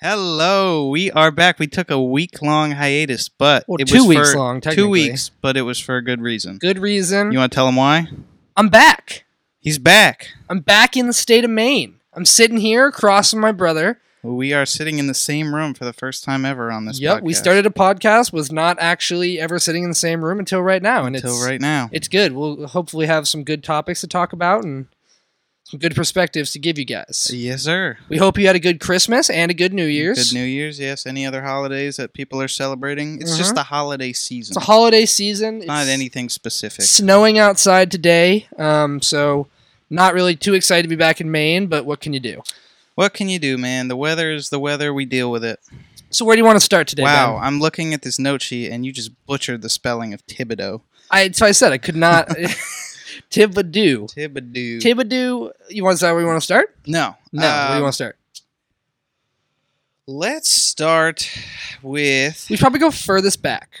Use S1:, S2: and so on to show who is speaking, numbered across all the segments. S1: Hello, we are back. We took a week long hiatus, but
S2: Well,
S1: it
S2: two
S1: was
S2: weeks
S1: for
S2: long,
S1: two
S2: technically.
S1: weeks, but it was for a good reason.
S2: Good reason.
S1: You want to tell him why?
S2: I'm back.
S1: He's back.
S2: I'm back in the state of Maine. I'm sitting here across from my brother.
S1: We are sitting in the same room for the first time ever on this.
S2: yep, we
S1: podcast.
S2: started a podcast. Was not actually ever sitting in the same room until right now, and
S1: until
S2: it's
S1: right now.
S2: it's good. We'll hopefully have some good topics to talk about and some good perspectives to give you guys.
S1: Yes, sir.
S2: We hope you had a good Christmas and a good New Year's.
S1: Good New Year's. Yes. Any other holidays that people are celebrating? It's just
S2: Mhm.
S1: the holiday season.
S2: it's a holiday season.
S1: It's not
S2: It's-
S1: anything specific.
S2: snowing outside today. Um, so not really too excited to be back in Maine, but what can you do?
S1: What can you do, man? The weather is the weather. We deal with it.
S2: So where do you want to start today?
S1: wow,
S2: Ben?
S1: I'm looking at this note sheet, and you just butchered the spelling of Thibodeau.
S2: I so I said I could not Thibodeau.
S1: Thibodeau.
S2: Thibodeau. You want to start where you want to start?
S1: no,
S2: No, where do
S1: um,
S2: you want to start?
S1: Let's start with
S2: We should probably go furthest back.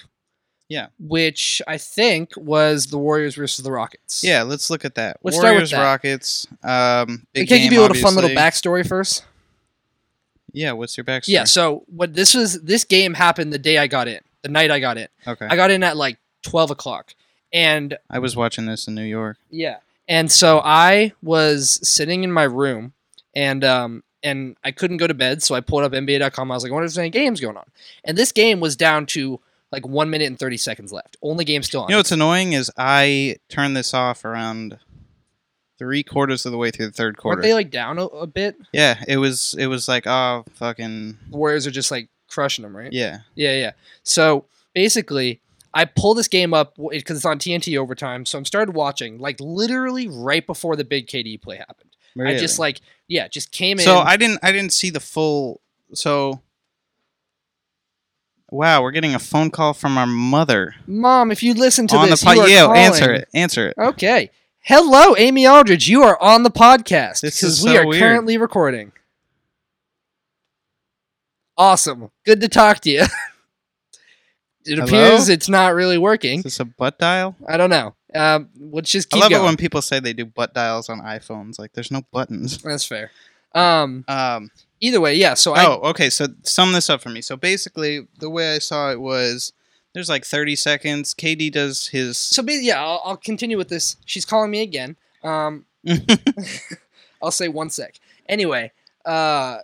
S1: Yeah.
S2: Which I think was the Warriors versus the Rockets.
S1: yeah. Let's look at that.
S2: Let's start with
S1: Warriors
S2: that.
S1: Rockets. Um,
S2: Can
S1: big
S2: I give
S1: game,
S2: you a little fun little
S1: obviously.
S2: backstory first?
S1: Yeah, what's your backstory?
S2: Yeah. So what this was this game happened the day I got in, the night I got in.
S1: Okay,
S2: I
S1: I,
S2: got in at like twelve o'clock, and
S1: was watching this in New York.
S2: Yeah. And so I was sitting in my room and um and I couldn't go to bed, so I pulled up NBA.com. I was like, I wonder if there's any games going on. And this game was down to like one minute and thirty seconds left. Only game still on.
S1: You know what's annoying is I turned this off around three quarters of the way through the third
S2: Weren't
S1: quarter.
S2: they like down a, a bit?
S1: yeah, it was. It was like oh fucking
S2: The Warriors are just like crushing them, right?
S1: yeah.
S2: Yeah, yeah. So basically, I pull this game up because it's on TNT overtime. So I'm started watching like literally right before the big KD play happened. I just
S1: Really?
S2: like yeah, just came in.
S1: so I didn't. I didn't see the full. So wow, we're getting a phone call from our mother
S2: Mom, if you listen to
S1: on
S2: this,
S1: the pod.
S2: you are
S1: Yeah,
S2: calling.
S1: answer it. Answer it.
S2: Okay. Hello, Amy Aldridge. You are on the podcast
S1: This
S2: because
S1: is
S2: we
S1: so
S2: are
S1: weird.
S2: currently recording. Awesome. Good to talk to you. it
S1: Hello?
S2: appears it's not really working.
S1: Is this a butt dial?
S2: I don't know. Um, let's just
S1: I
S2: keep
S1: love
S2: going.
S1: it when people say they do butt dials on iPhones. Like, there's no buttons.
S2: That's fair. Um,
S1: Um,
S2: either way, yeah. So I
S1: oh, okay. So sum this up for me. So basically, the way I saw it was there's like 30 seconds. KD does his.
S2: so ba- yeah. I'll, I'll continue with this. She's calling me again. Um, I'll say one sec. Anyway, uh,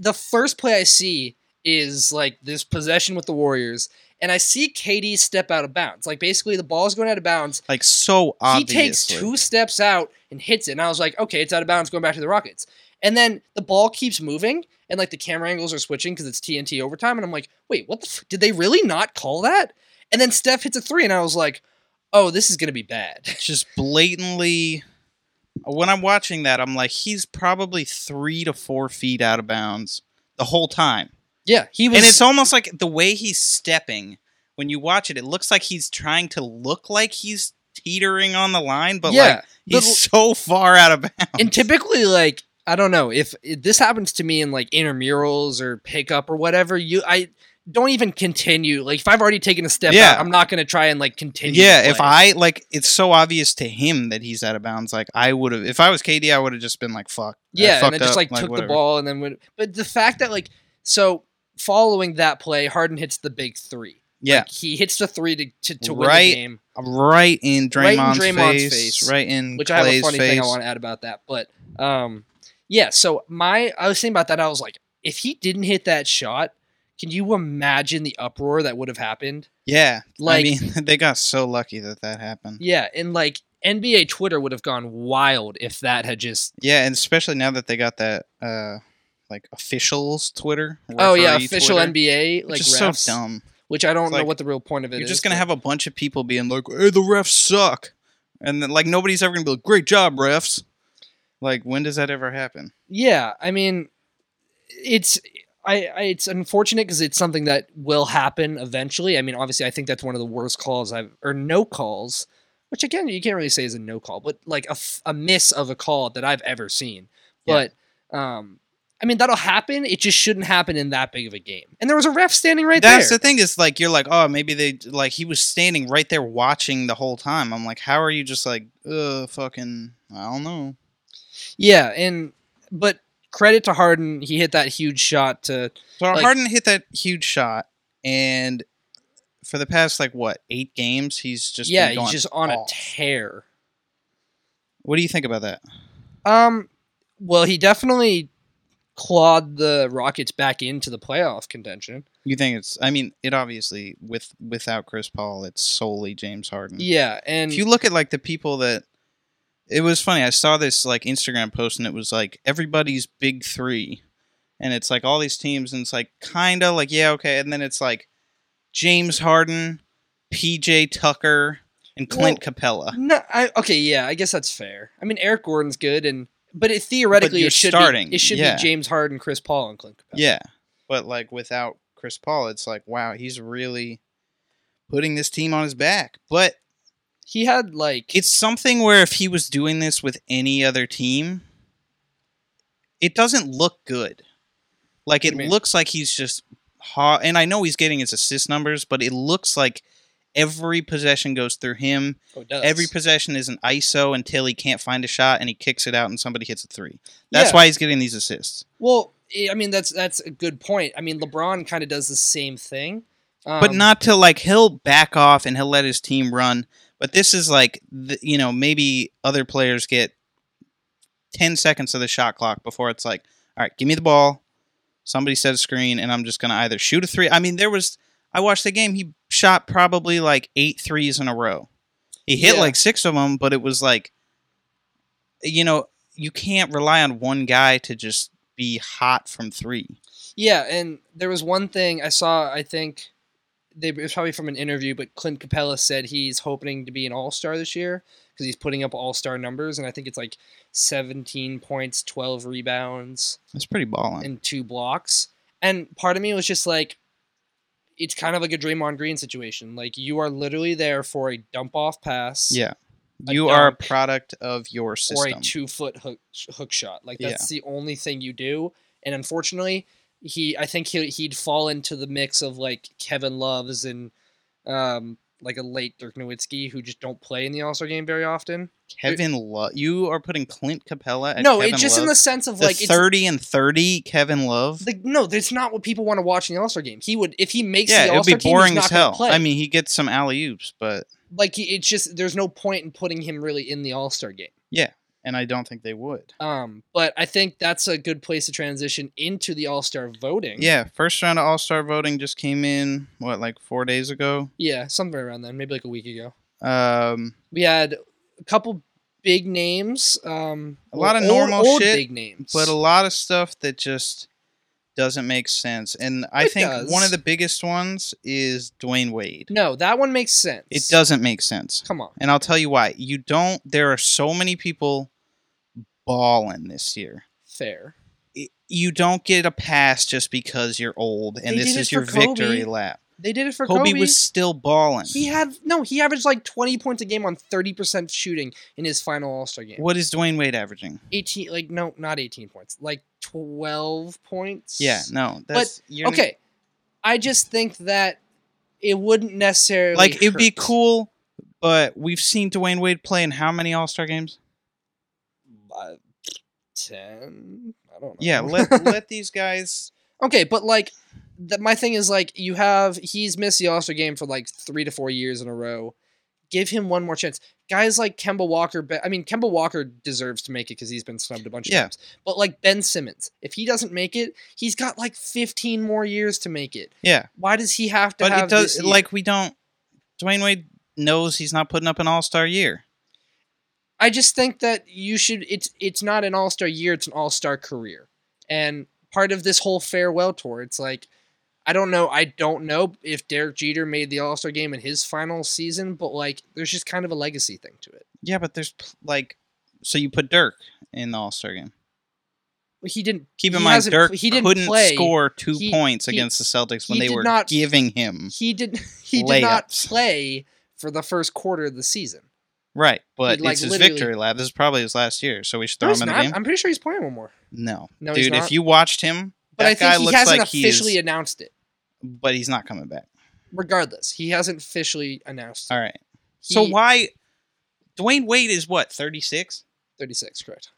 S2: the first play I see is like this possession with the Warriors, and I see KD step out of bounds. Like basically, the ball's going out of bounds.
S1: like so obviously.
S2: He takes two steps out and hits it, and I was like, okay, it's out of bounds, going back to the Rockets. And then the ball keeps moving, and like the camera angles are switching because it's TNT overtime, and I'm like, wait, what the? F- did they really not call that? And then Steph hits a three, and I was like, oh, this is gonna be bad.
S1: Just blatantly. When I'm watching that, I'm like, he's probably three to four feet out of bounds the whole time.
S2: yeah, he was.
S1: And it's almost like the way he's stepping. When you watch it, it looks like he's trying to look like he's teetering on the line, but like
S2: the-
S1: He's so far out of bounds.
S2: and typically like i don't know if, if this happens to me in like intramurals or pickup or whatever you i don't even continue like if i've already taken a step
S1: Yeah.
S2: out i'm not going to try and like continue
S1: yeah,
S2: the
S1: if
S2: play.
S1: I like, it's so obvious to him that he's out of bounds. Like I would have, if I was KD, I would have just been like, "Fuck." I
S2: yeah and
S1: fucked
S2: then just
S1: up,"
S2: like, took
S1: whatever.
S2: the ball and then went but the fact that like so following that play harden hits the big three
S1: Yeah,
S2: Like, he hits the three to to, to win
S1: Right
S2: the game
S1: right in
S2: Right in
S1: Draymond's,
S2: Draymond's
S1: face,
S2: face,
S1: right in
S2: which
S1: Clay's
S2: I have a funny
S1: face.
S2: thing I want to add about that. But um, yeah, so my I was thinking about that. I was like, if he didn't hit that shot, can you imagine the uproar that would have happened?
S1: yeah,
S2: Like,
S1: I mean, they got so lucky that that happened.
S2: yeah, and like NBA Twitter would have gone wild if that had just.
S1: Yeah, and especially now that they got that, uh like officials Twitter.
S2: Oh yeah,
S1: referee
S2: official
S1: Twitter,
S2: NBA
S1: which
S2: like
S1: is
S2: refs,
S1: so dumb.
S2: which I don't
S1: It's
S2: know
S1: like,
S2: what the real point of it
S1: You're
S2: is,
S1: just gonna
S2: but-
S1: have a bunch of people being like, "Hey, the refs suck," and then like nobody's ever gonna be like, "Great job, refs." Like, when does that ever happen?
S2: Yeah, I mean, it's I, I it's unfortunate because it's something that will happen eventually. I mean, obviously, I think that's one of the worst calls I've or no calls, which again you can't really say is a no call, but like a, f- a miss of a call that I've ever seen.
S1: Yeah.
S2: But um, I mean that'll happen. It just shouldn't happen in that big of a game. And there was a ref standing right
S1: That's
S2: there.
S1: the thing is like you're like, "Oh, maybe they like he was standing right there watching the whole time." I'm like, "How are you just like, uh, fucking, I don't know."
S2: Yeah, and but credit to Harden, he hit that huge shot to
S1: So
S2: Like-
S1: Harden hit that huge shot, and for the past like what eight games, he's just been
S2: yeah, he's
S1: going
S2: just on
S1: off.
S2: a tear.
S1: What do you think about that?
S2: Um, well, he definitely clawed the Rockets back into the playoff contention.
S1: You think it's? I mean, it obviously with without Chris Paul, it's solely James Harden.
S2: Yeah, and
S1: Hmm. If you look at like the people that, it was funny. I saw this like Instagram post, and it was like everybody's big three, and it's like all these teams, and it's like kind of like yeah okay, and then it's like James Harden, PJ Tucker, and Clint Capella.
S2: no, I, okay, yeah, I guess that's fair. I mean, Eric Gordon's good, and but it theoretically
S1: you're
S2: it should
S1: starting,
S2: be it should
S1: yeah.
S2: be James Harden, Chris Paul, and Clint. Capella.
S1: Yeah. But like without Chris Paul, it's like, wow, he's really putting this team on his back. But
S2: he had like
S1: it's something where if he was doing this with any other team, it doesn't look good. Like
S2: What
S1: it
S2: do you mean?
S1: looks like he's just hot and I know he's getting his assist numbers, but it looks like every possession goes through him.
S2: oh, it does.
S1: Every possession is an ISO until he can't find a shot and he kicks it out and somebody hits a three. That's
S2: Yeah.
S1: why he's getting these assists.
S2: Well, I I mean that's that's a good point. I mean LeBron kind of does the same thing, um,
S1: but not to like he'll back off and he'll let his team run. But this is like the, you know maybe other players get ten seconds of the shot clock before it's like, all right, give me the ball. Somebody set a screen, and I'm just gonna either shoot a three. I mean, there was I watched the game. He shot probably like eight threes in a row. He hit
S2: Yeah.
S1: like six of them, but it was like, you know, you can't rely on one guy to just be hot from three.
S2: Yeah, and there was one thing I saw. I think they it was probably from an interview, but Clint Capella said he's hoping to be an All Star this year because he's putting up All Star numbers, and I think it's like 17 points, 12 rebounds,
S1: That's pretty balling.
S2: and two blocks. And part of me was just like, it's kind of like a Draymond Green situation. Like you are literally there for a dump off pass.
S1: Yeah.
S2: a
S1: you are a
S2: dunk
S1: product of your system.
S2: or a two foot hook hook shot. Like that's the only thing you do. And unfortunately, he I think he he'd fall into the mix of like Kevin Love's and um like a late Dirk Nowitzki who just don't play in the All Star game very often.
S1: Kevin Love. You are putting Clint Capella. At Uh,
S2: no,
S1: Kevin
S2: it's just in the
S1: Love?
S2: sense of
S1: The
S2: like
S1: thirty and thirty. Kevin Love.
S2: it's the, no, that's not what people want to watch in the All Star game. He would if he makes
S1: yeah,
S2: the
S1: it
S2: All
S1: would be
S2: Star team, he's
S1: boring
S2: not
S1: as
S2: gonna
S1: hell.
S2: play.
S1: I mean, he gets some alley oops, but
S2: like he- it's just there's no point in putting him really in the All Star game.
S1: and I don't think they would.
S2: Um, but I think that's a good place to transition into the All Star voting.
S1: Yeah, first round of All Star voting just came in. What, like four days ago?
S2: yeah, somewhere around then, maybe like a week ago.
S1: Um,
S2: We had a couple big names. Um,
S1: A lot of
S2: old-
S1: normal
S2: old
S1: shit,
S2: Big names,
S1: but a lot of stuff that just doesn't make sense. And I
S2: It
S1: think
S2: does.
S1: one of the biggest ones is Dwayne Wade.
S2: no, that one makes sense.
S1: It doesn't make sense.
S2: Come on.
S1: And I'll tell you why. You don't. There are so many people balling this year.
S2: Fair.
S1: I- You don't get a pass just because you're old and
S2: They
S1: this
S2: did
S1: is
S2: it
S1: your
S2: for Kobe.
S1: victory lap.
S2: They did it for
S1: Kobe,
S2: Kobe.
S1: was still balling.
S2: he had no. He averaged like twenty points a game on thirty percent shooting in his final All Star game.
S1: What is Dwayne Wade averaging?
S2: Eighteen, like no, not eighteen points, like twelve points.
S1: Yeah, no. That's, you're n-
S2: Okay, I just think that it wouldn't necessarily
S1: Like it'd be
S2: hurt.
S1: cool, but we've seen Dwayne Wade play in how many All Star games?
S2: Uh, Ten. I don't know.
S1: Yeah, let let these guys.
S2: Okay, but like, the, my thing is like, you have he's missed the All Star game for like three to four years in a row. Give him one more chance. Guys like Kemba Walker, Be- I mean Kemba Walker deserves to make it because he's been snubbed a bunch of
S1: Yeah.
S2: times. But like Ben Simmons, if he doesn't make it, he's got like 15 more years to make it.
S1: Yeah,
S2: Why does he have to
S1: but
S2: have
S1: it does.
S2: this year?
S1: Like we don't. Dwayne Wade knows he's not putting up an All Star year.
S2: I just think that you should. It's it's not an all star year. It's an all star career. And part of this whole farewell tour, it's like I don't know. I don't know if Derek Jeter made the all star game in his final season, but like there's just kind of a legacy thing to it.
S1: Yeah, but there's pl- like, so you put Dirk in the All Star game.
S2: He didn't.
S1: Keep in
S2: He
S1: mind,
S2: hasn't
S1: Dirk
S2: pl- he didn't
S1: couldn't
S2: play.
S1: score two
S2: He-
S1: points
S2: he-
S1: against the Celtics when
S2: he
S1: they
S2: did
S1: were
S2: not-
S1: giving him
S2: He did. He did not
S1: Layups.
S2: play for the first quarter of the season.
S1: right, but
S2: like,
S1: it's his
S2: literally-
S1: victory lap. This is probably his last year, so we should throw
S2: No,
S1: him
S2: he's
S1: in the
S2: not.
S1: game.
S2: I'm pretty sure he's playing one more.
S1: No,
S2: No, he's
S1: dude, if
S2: not.
S1: you watched him, that
S2: But I think
S1: guy
S2: he
S1: looks
S2: hasn't
S1: like he is-
S2: officially announced it.
S1: but he's not coming back.
S2: Regardless, he hasn't officially announced. it.
S1: All right. so
S2: He-
S1: why? Dwayne Wade is what 36.
S2: 36, correct?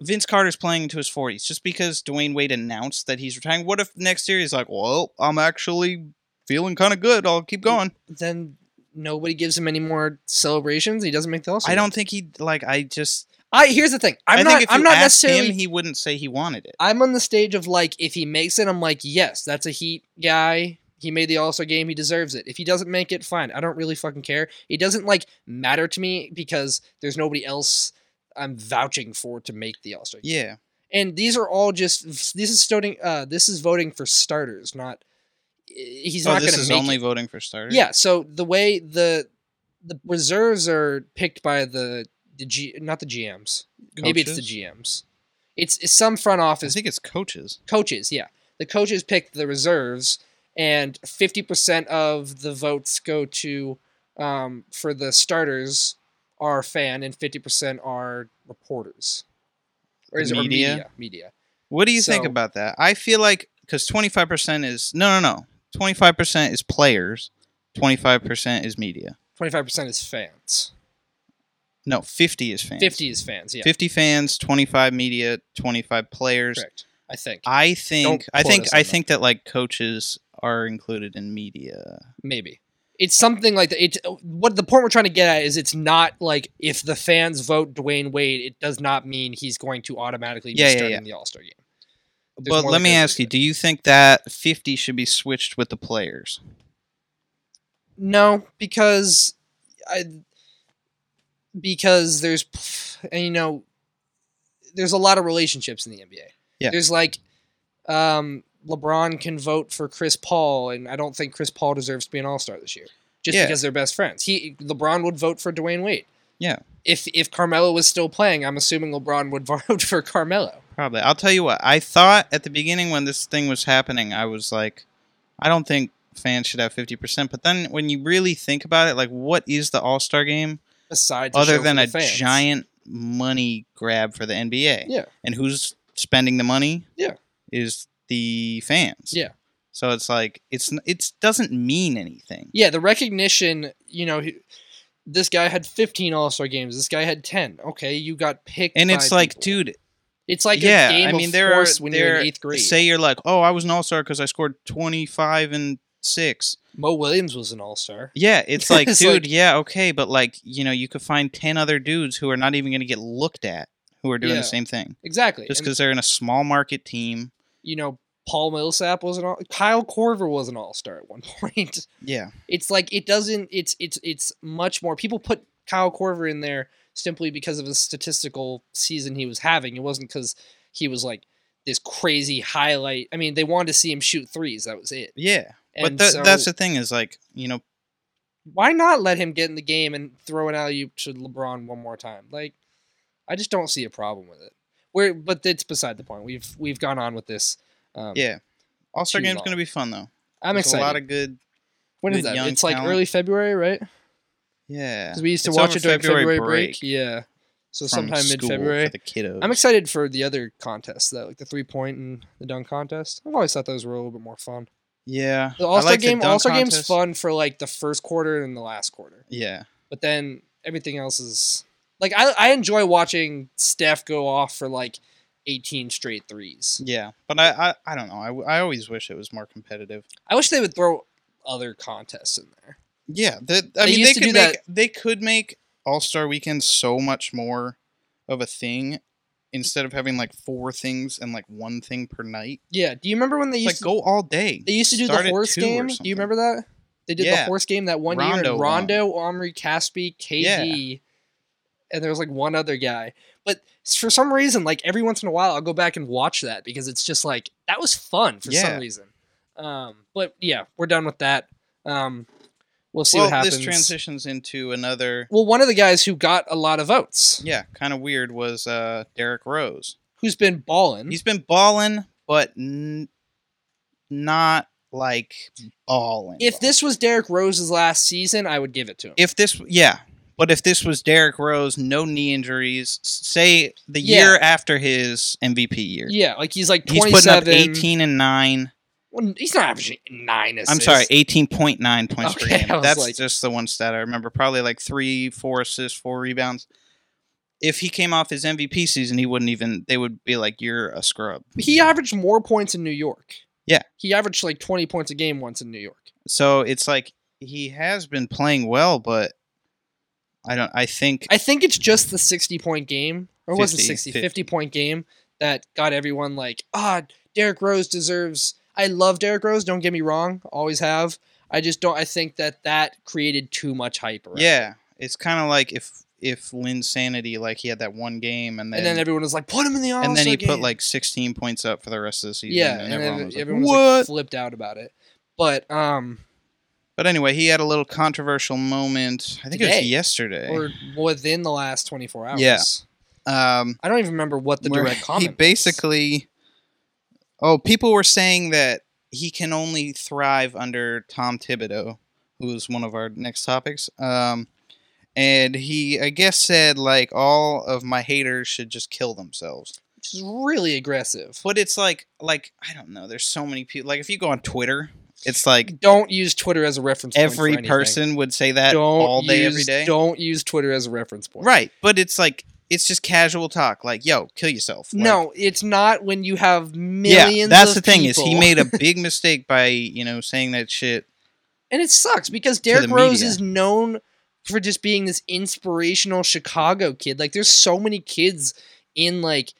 S1: Vince Carter's playing into his 40s just because Dwayne Wade announced that he's retiring. What if next year he's like, well, I'm actually feeling kind of good. I'll keep going.
S2: Then nobody gives him any more celebrations. He doesn't make the all
S1: I don't think he like. I just.
S2: I here's the thing. I'm
S1: I
S2: not.
S1: think if
S2: I'm
S1: you
S2: not
S1: asked
S2: necessarily.
S1: him, he wouldn't say he wanted it.
S2: I'm on the stage of like, if he makes it, I'm like, yes, that's a Heat guy. He made the All Star game. He deserves it. If he doesn't make it, fine. I don't really fucking care. It doesn't like matter to me because there's nobody else I'm vouching for to make the All Star. game.
S1: Yeah.
S2: And these are all just this is voting. Uh, this is voting for starters, not. He's
S1: oh,
S2: not going
S1: this
S2: to
S1: is
S2: make
S1: only
S2: it.
S1: voting for starters.
S2: Yeah, so the way the the reserves are picked by the the G not the GMs. Maybe it's the
S1: Coaches?
S2: GMs. It's, it's some front
S1: I
S2: office
S1: think it's coaches.
S2: coaches, yeah. The coaches pick the reserves and 50% of the votes go to um, for the starters are fan and 50% are reporters. Or is it or
S1: Media?
S2: media? Media.
S1: What do you think
S2: So-
S1: about that? I feel like because twenty five percent is no, no, no. Twenty five percent is players. Twenty five percent is media.
S2: 25% is fans.
S1: No, fifty is fans.
S2: 50 is fans, yeah.
S1: 50 fans, twenty five media, twenty five players.
S2: Correct. I think.
S1: I think. I
S2: quote
S1: think.
S2: us on
S1: I
S2: that.
S1: think that like coaches are included in media.
S2: maybe it's something like that. It what the point we're trying to get at is it's not like if the fans vote Dwayne Wade, it does not mean he's going to automatically be
S1: Yeah, yeah,
S2: starting
S1: yeah.
S2: the All Star game. There's
S1: But
S2: more
S1: let
S2: that
S1: me
S2: goes
S1: ask
S2: into
S1: you:
S2: it.
S1: Do you think that fifty should be switched with the players?
S2: No, because I because there's and you know there's a lot of relationships in the NBA.
S1: Yeah.
S2: There's like um LeBron can vote for Chris Paul and I don't think Chris Paul deserves to be an All-Star this year just
S1: Yeah.
S2: because they're best friends. He LeBron would vote for Dwayne Wade.
S1: Yeah.
S2: If if Carmelo was still playing, I'm assuming LeBron would vote for Carmelo.
S1: Probably. I'll tell you what. I thought at the beginning when this thing was happening, I was like, I don't think fans should have fifty percent. But then when you really think about it, like, what is the All Star Game
S2: Besides a show
S1: other
S2: for
S1: than
S2: the
S1: a
S2: fans.
S1: giant money grab for the NBA?
S2: Yeah.
S1: And who's spending the money?
S2: Yeah.
S1: Is the fans.
S2: Yeah.
S1: So it's like it's n- it's doesn't mean anything.
S2: Yeah, the recognition, you know, he- this guy had 15 All Star games. This guy had 10. Okay, you got picked.
S1: And
S2: by
S1: it's like,
S2: people.
S1: dude,
S2: it's like
S1: yeah,
S2: a game
S1: I mean,
S2: of
S1: there are-
S2: force when you're
S1: there-
S2: in eighth grade.
S1: say you're like, oh, I was an all star because I scored twenty five and six.
S2: Mo Williams was an All Star.
S1: Yeah, it's like,
S2: It's
S1: dude,
S2: like-
S1: yeah, okay, but like, you know, you could find 10 other dudes who are not even going to get looked at who are doing
S2: Yeah.
S1: the same thing
S2: Exactly.
S1: just
S2: And,
S1: because they're in a small market team.
S2: you know, Paul Millsap was an all. Kyle Corver was an All Star at one point.
S1: Yeah.
S2: It's like it doesn't. It's it's it's much more. People put Kyle Corver in there simply because of his statistical season he was having. It wasn't because he was like this crazy highlight. I mean, they wanted to see him shoot threes. That was it.
S1: Yeah. but
S2: And
S1: tha-
S2: so-
S1: that's the thing is like, you know,
S2: why not let him get in the game and throw an alley oop to LeBron one more time? Like, I just don't see a problem with it. We're, but it's beside the point. We've we've gone on with this. Um,
S1: yeah. All Star
S2: too
S1: Game's
S2: long.
S1: going to be fun, though.
S2: I'm
S1: There's
S2: excited.
S1: a lot of good.
S2: when is
S1: good
S2: that?
S1: young
S2: It's like
S1: talent.
S2: early February, right?
S1: Yeah.
S2: Because we used to
S1: It's
S2: watch
S1: over
S2: it during
S1: February
S2: February, break.
S1: break
S2: Yeah, so
S1: from
S2: sometime
S1: school
S2: mid February.
S1: For the kiddos.
S2: I'm excited for the other contests though, like the three point and the dunk contest. I've always thought those were a little bit more fun.
S1: Yeah.
S2: The
S1: I
S2: All Star
S1: like the
S2: game,
S1: dunk
S2: All Star game's
S1: contest.
S2: fun for like the first quarter and the last quarter.
S1: Yeah.
S2: but then everything else is like I, I enjoy watching Steph go off for like 18 straight threes.
S1: Yeah. But I, I, I don't know. I, w- I always wish it was more competitive.
S2: I wish they would throw other contests in there.
S1: Yeah, that I
S2: They
S1: mean,
S2: used
S1: they
S2: to
S1: could
S2: do
S1: make
S2: that-
S1: they could make All Star Weekend so much more of a thing instead of having like four things and like one thing per night.
S2: Yeah. Do you remember when they
S1: It's
S2: used
S1: like
S2: to,
S1: go all day.
S2: they used to do
S1: start
S2: the
S1: at
S2: horse
S1: two or
S2: game? Do
S1: something.
S2: you remember that? They did the
S1: Yeah.
S2: horse game that one year
S1: Rondo
S2: and
S1: won.
S2: Rondo, Omri, Caspi, KD, and there was like one other guy. But s- for some reason, like every once in a while, I'll go back and watch that because it's just like that was fun for
S1: Yeah.
S2: some reason. Um, but yeah, we're done with that. Um, we'll see what
S1: well,
S2: happens.
S1: this transitions into another.
S2: Well, one of the guys who got a lot of votes,
S1: Yeah, kind of weird was uh Derek Rose.
S2: who's been balling.
S1: He's been balling, but n- not like balling.
S2: If this was Derrick Rose's last season, I would give it to him.
S1: if this yeah but if this was Derrick Rose, no knee injuries, s- say the
S2: Yeah.
S1: year after his MVP year,
S2: yeah, like he's like
S1: he's putting up
S2: twenty-seven.
S1: 18 and 9.
S2: Well, he's not averaging nine assists.
S1: I'm sorry, 18.9 points
S2: Okay,
S1: per
S2: I
S1: game.
S2: was
S1: That's
S2: like-
S1: just the one stat I remember. Probably like three, four assists, four rebounds. if he came off his MVP season, he wouldn't even. They would be like, "You're a scrub."
S2: He averaged more points in New York.
S1: Yeah.
S2: He averaged like 20 points a game once in New York.
S1: So it's like he has been playing well, but I don't. I think
S2: I think it's just the 60 point game, or was it
S1: 50,
S2: 60, 50.
S1: 50.
S2: point game that got everyone like, ah, Derrick Rose deserves. I love Derrick Rose, don't get me wrong, always have. I just don't, I think that that created too much hype around. it.
S1: yeah, it's kind of like if if Lynn Sanity like he had that one game and then
S2: And then everyone was like, put him in the all
S1: and then he put like 16 points up for the rest of the season.
S2: yeah,
S1: and
S2: and
S1: everyone
S2: then
S1: was like,
S2: everyone was
S1: what?
S2: like, flipped out about it. But, um,
S1: but anyway, he had a little controversial moment. I think it
S2: Today.
S1: was yesterday.
S2: or within the last 24 hours.
S1: Yeah. um,
S2: I don't even remember what the
S1: where
S2: direct
S1: He
S2: comment
S1: basically, oh, people were saying that he can only thrive under Tom Thibodeau, who is one of our next topics. Um, and he, I guess, said like all of my haters should just kill themselves.
S2: was, which is really aggressive.
S1: But it's like, like I don't know. There's so many people. Like if you go on Twitter, it's like
S2: Don't use Twitter as a reference point. for
S1: every
S2: anything.
S1: person would say that
S2: don't
S1: all day,
S2: use,
S1: every day.
S2: Don't use Twitter as a reference point.
S1: Right, but it's like it's just casual talk. Like, yo, kill yourself. Like,
S2: no, it's not when you have millions.
S1: yeah, that's the
S2: of
S1: thing is he
S2: people.
S1: made a big mistake by you know saying that shit.
S2: and it sucks because Derrick
S1: the
S2: Rose
S1: media.
S2: is known for just being this inspirational Chicago kid. Like, there's so many kids in like,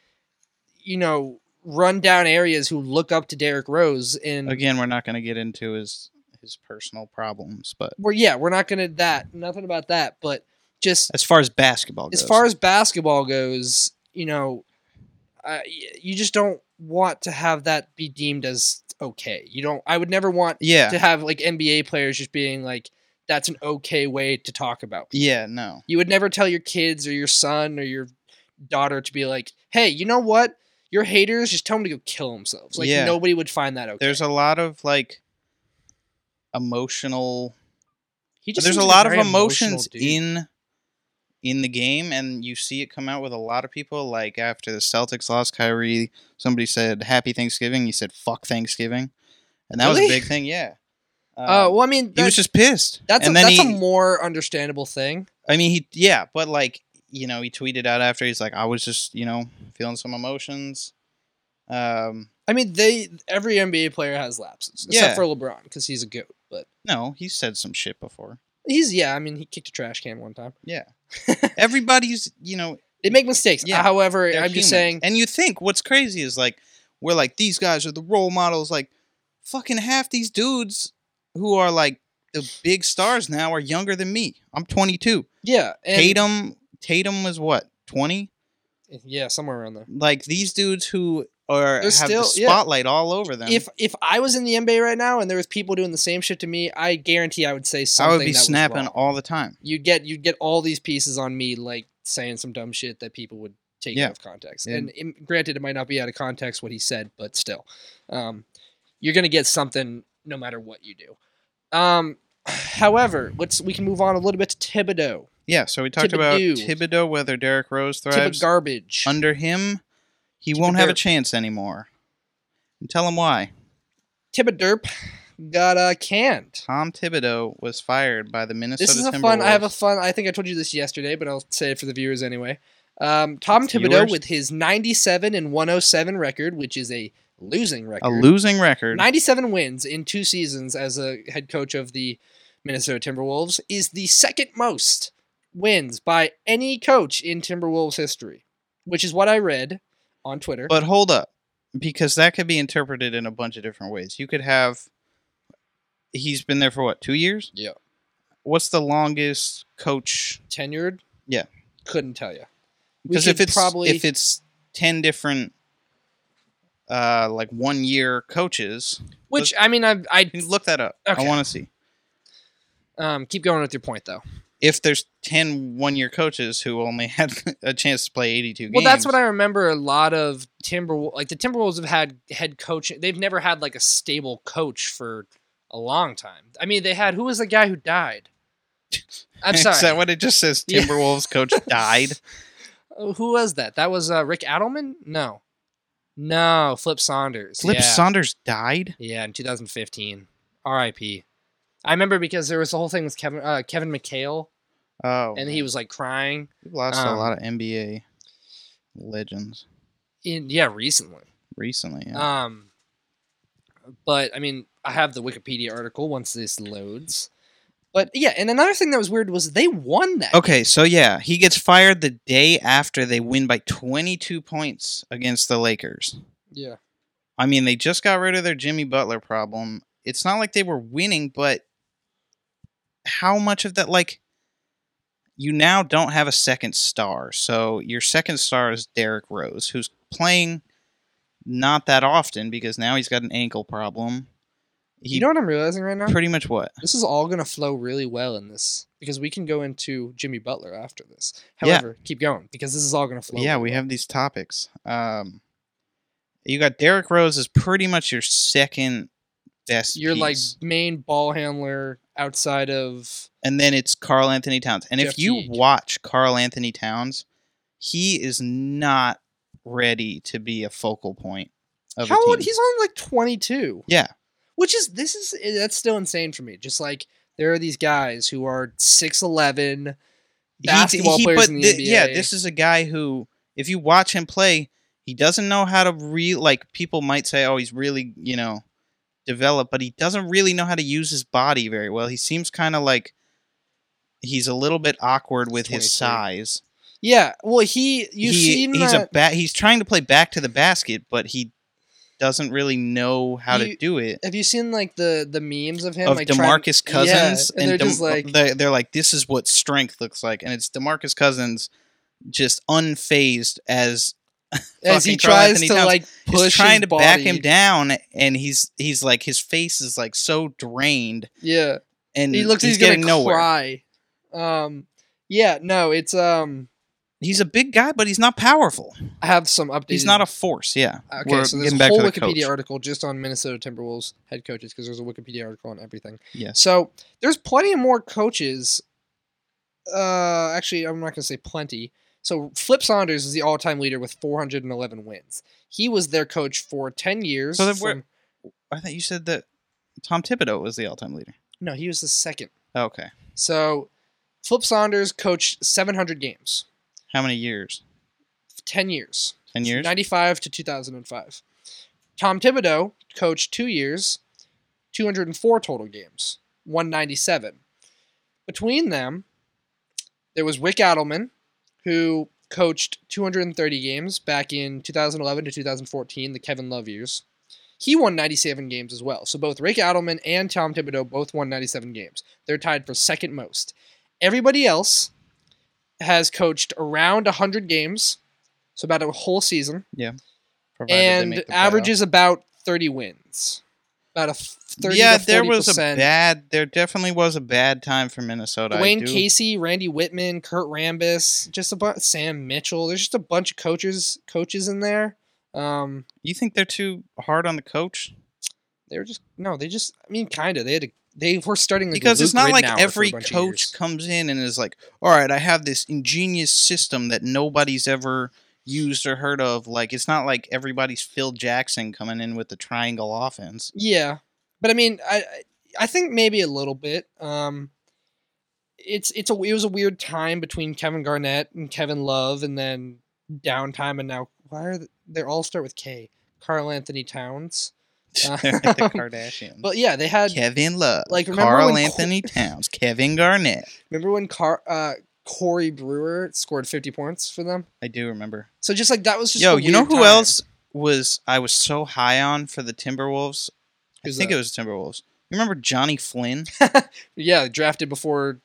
S2: you know, rundown areas who look up to Derrick Rose, and
S1: Again, we're not going to get into his his personal problems, but
S2: we're yeah, we're not gonna that nothing about that, but just
S1: as far as basketball goes,
S2: as far as basketball goes, you know, uh, y- you just don't want to have that be deemed as okay. You don't. I would never want
S1: yeah,
S2: to have like NBA players just being like, "That's an okay way to talk about."
S1: yeah, no,
S2: You would never tell your kids or your son or your daughter to be like, "Hey, you know what? Your haters just tell them to go kill themselves." Like
S1: Yeah.
S2: nobody would find that okay.
S1: there's a lot of like emotional.
S2: he
S1: there's
S2: seems
S1: a
S2: like
S1: lot of
S2: very emotional
S1: emotions
S2: dude.
S1: in in the game, and you see it come out with a lot of people. Like after the Celtics lost Kyrie, somebody said "Happy Thanksgiving." You said "Fuck Thanksgiving," and that was
S2: Really?
S1: a big thing. Yeah. Um,
S2: Uh, well, I mean,
S1: he was
S2: that's,
S1: just pissed.
S2: that's, a,
S1: and then
S2: that's
S1: he,
S2: a more understandable thing.
S1: I mean, he yeah, but like you know, he tweeted out after he's like, I was just you know feeling some emotions. Um,
S2: I mean, they every NBA player has lapses,
S1: Yeah.
S2: except for LeBron because he's a goat. But
S1: no, he said some shit before.
S2: he's yeah. I mean, he kicked a trash can one time.
S1: Everybody's you know,
S2: They make mistakes.
S1: Yeah,
S2: However, I'm
S1: they're humans.
S2: just saying.
S1: And you think what's crazy is like we're like these guys are the role models. Like fucking half these dudes who are like the big stars now are younger than me. I'm 22.
S2: Yeah. And,
S1: Tatum Tatum was what 20?
S2: Yeah, somewhere around there.
S1: Like these dudes who are
S2: They're
S1: have the
S2: still- yeah.
S1: spotlight all over them.
S2: If if I was in the NBA right now and there was people doing the same shit to me, I guarantee I would say something.
S1: I would be
S2: that was
S1: snapping
S2: wrong.
S1: all the time.
S2: You'd get you'd get all these pieces on me, like saying some dumb shit that people would take
S1: Yeah.
S2: out of context.
S1: And-
S2: And, im- granted, it might not be out of context what he said, but still, um, you're gonna get something no matter what you do. Um, however, let's we can move on a little bit to Thibodeau,
S1: Yeah, so we talked about
S2: Thibodeau.
S1: Thibodeau, whether Derrick Rose
S2: Thibodeau
S1: thrives
S2: garbage.
S1: under him, he won't have a
S2: Thibodeau.
S1: chance anymore. And tell him why.
S2: Thibodeau got uh, canned.
S1: Tom Thibodeau was fired by the Minnesota
S2: This is a
S1: Timberwolves.
S2: fun. I have a fun. I think I told you this yesterday, but I'll say it for the viewers anyway. Um, Tom
S1: It's
S2: Thibodeau
S1: viewers?
S2: with his 97 and 107 record, which is a losing record.
S1: a losing record.
S2: 97 wins in two seasons as a head coach of the Minnesota Timberwolves is the second most wins by any coach in Timberwolves history, which is what I read on Twitter.
S1: But hold up, because that could be interpreted in a bunch of different ways. You could have he's been there for what, 2 years?
S2: Yeah.
S1: What's the longest coach?
S2: Tenured?
S1: Yeah.
S2: Couldn't tell you. We
S1: Because if
S2: could
S1: it's if it's 10 different uh like 1 year coaches,
S2: which I mean, I, I
S1: Can you look that up.
S2: Okay.
S1: I want to see.
S2: um, keep going with your point though.
S1: if there's 10 one-year coaches who only had a chance to play 82 games.
S2: Well, that's what I remember. A lot of Timberwolves, like the Timberwolves, have had head coach. They've never had like a stable coach for a long time. I mean, they had who was the guy who died? I'm
S1: Is that
S2: sorry.
S1: what it just says?
S2: Yeah.
S1: Timberwolves coach died.
S2: Uh, who was that? That was uh, Rick Adelman. No, no, Flip Saunders.
S1: Flip
S2: yeah.
S1: Saunders died?
S2: Yeah, in 2015. R.I.P. I remember because there was the whole thing with Kevin uh, Kevin McHale.
S1: Oh,
S2: and he was like crying.
S1: we've lost a
S2: um,
S1: lot of NBA legends
S2: In yeah, recently.
S1: recently. Yeah.
S2: Um, but I mean, I have the Wikipedia article once this loads. But yeah, and another thing that was weird was they won that.
S1: okay, so yeah, he gets fired the day after they win by 22 points against the Lakers.
S2: Yeah.
S1: I mean, they just got rid of their Jimmy Butler problem. It's not like they were winning, but how much of that, like, you now don't have a second star. So your second star is Derrick Rose, who's playing not that often because now he's got an ankle problem. He
S2: You know what I'm realizing right now?
S1: pretty much what?
S2: This is all gonna flow really well in this because we can go into Jimmy Butler after this.
S1: Yeah.
S2: However, keep going because this is all gonna flow.
S1: Yeah, we have these topics. Um, you got Derrick Rose is pretty much your second best.
S2: You're
S1: piece.
S2: like main ball handler outside of
S1: and then it's Carl Anthony Towns. And if
S2: Jeff
S1: you
S2: Teague.
S1: watch Carl Anthony Towns, he is not ready to be a focal point of
S2: how
S1: a
S2: old?
S1: team.
S2: He's only like 22.
S1: Yeah.
S2: which is this is eh, that's still insane for me. Just like there are these guys who are 6'11
S1: He-
S2: basketball
S1: he-
S2: players
S1: but
S2: in the
S1: thi-
S2: NBA.
S1: yeah, this is a guy who, if you watch him play, he doesn't know how to re like people might say, oh, he's really you know developed, but he doesn't really know how to use his body very well. He seems kind of like he's a little bit awkward with his
S2: 23.
S1: size.
S2: yeah. Well, he
S1: he,
S2: you seen
S1: he's
S2: that
S1: a ba- he's trying to play back to the basket, but he doesn't really know how to
S2: You-
S1: do it.
S2: Have you seen like the the memes of him
S1: Of
S2: like trying-
S1: Demarcus
S2: yeah,
S1: Cousins,
S2: and, they're
S1: Dem-
S2: just like
S1: they're, they're like, this is what strength looks like, and it's Demarcus Cousins just unfazed as
S2: as he
S1: fucking Carl
S2: tries
S1: Anthony
S2: to
S1: Towns
S2: like
S1: he's
S2: push
S1: trying
S2: his
S1: to back him
S2: body.
S1: down, and he's he's like his face is like so drained,
S2: Yeah.
S1: and
S2: He looks
S1: Hmm, he's,
S2: like he's
S1: getting
S2: gonna
S1: nowhere.
S2: cry. Um yeah, no, it's um
S1: He's a big guy, but he's not powerful.
S2: I have some updates.
S1: He's not a force. Yeah.
S2: Okay,
S1: We're
S2: so there's
S1: getting
S2: a
S1: back
S2: whole
S1: to the
S2: Wikipedia
S1: coach.
S2: article just on Minnesota Timberwolves head coaches because there's a Wikipedia article on everything.
S1: Yes.
S2: So there's plenty of more coaches. Uh, actually, I'm not gonna say plenty. So Flip Saunders is the all-time leader with 411 wins. He was their coach for 10 years.
S1: So then we're-
S2: from-
S1: I thought you said that Tom Thibodeau was the all-time leader.
S2: no, he was the second.
S1: Okay.
S2: So Flip Saunders coached 700 games,
S1: How many years?
S2: 10 years.
S1: Ten years?
S2: 95 to 2005. Tom Thibodeau coached two years, 204 total games, 197. Between them, there was Rick Adelman, who coached 230 games back in 2011 to 2014, the Kevin Love years. He won 97 games as well. So both Rick Adelman and Tom Thibodeau both won 97 games. They're tied for second most. Everybody else has coached around 100 games, so about a whole season
S1: provided they
S2: and
S1: make the playoffs.
S2: averages about 30 wins. About a f- 30
S1: yeah,
S2: to 40%.
S1: there was a bad. There definitely was a bad time for Minnesota. I
S2: Dwayne
S1: do-
S2: Casey, Randy Whitman, Kurt Rambis, just a bunch. Sam Mitchell. There's just a bunch of coaches, coaches in there. Um,
S1: You think they're too hard on the coach?
S2: they were just no. They just. I mean, kind of. They had. A, they were starting like
S1: Because it's
S2: Luke
S1: not like
S2: Ridnour for a
S1: every
S2: bunch of
S1: coach
S2: years.
S1: comes in and is like, "All right, I have this ingenious system that nobody's ever used or heard of." Like, it's not like everybody's Phil Jackson coming in with the triangle offense.
S2: Yeah, but I mean, I I- I think maybe a little bit. Um, it's it's a it was a weird time between Kevin Garnett and Kevin Love, and then downtime, and now why are they, they all start with K? Carl Anthony Towns. Uh,
S1: They're like the Kardashians.
S2: But yeah, they had
S1: Kevin Love, like
S2: Like, remember
S1: Carl
S2: when Cor-
S1: Anthony Towns, Kevin Garnett.
S2: remember when Car uh Corey Brewer scored fifty points for them.
S1: I do remember.
S2: So just like that was just
S1: Yo,
S2: a
S1: you know
S2: weird
S1: who
S2: time.
S1: else was I was so high on for the Timberwolves?
S2: Who's
S1: I think
S2: that?
S1: it was the Timberwolves. You remember Johnny Flynn?
S2: yeah drafted before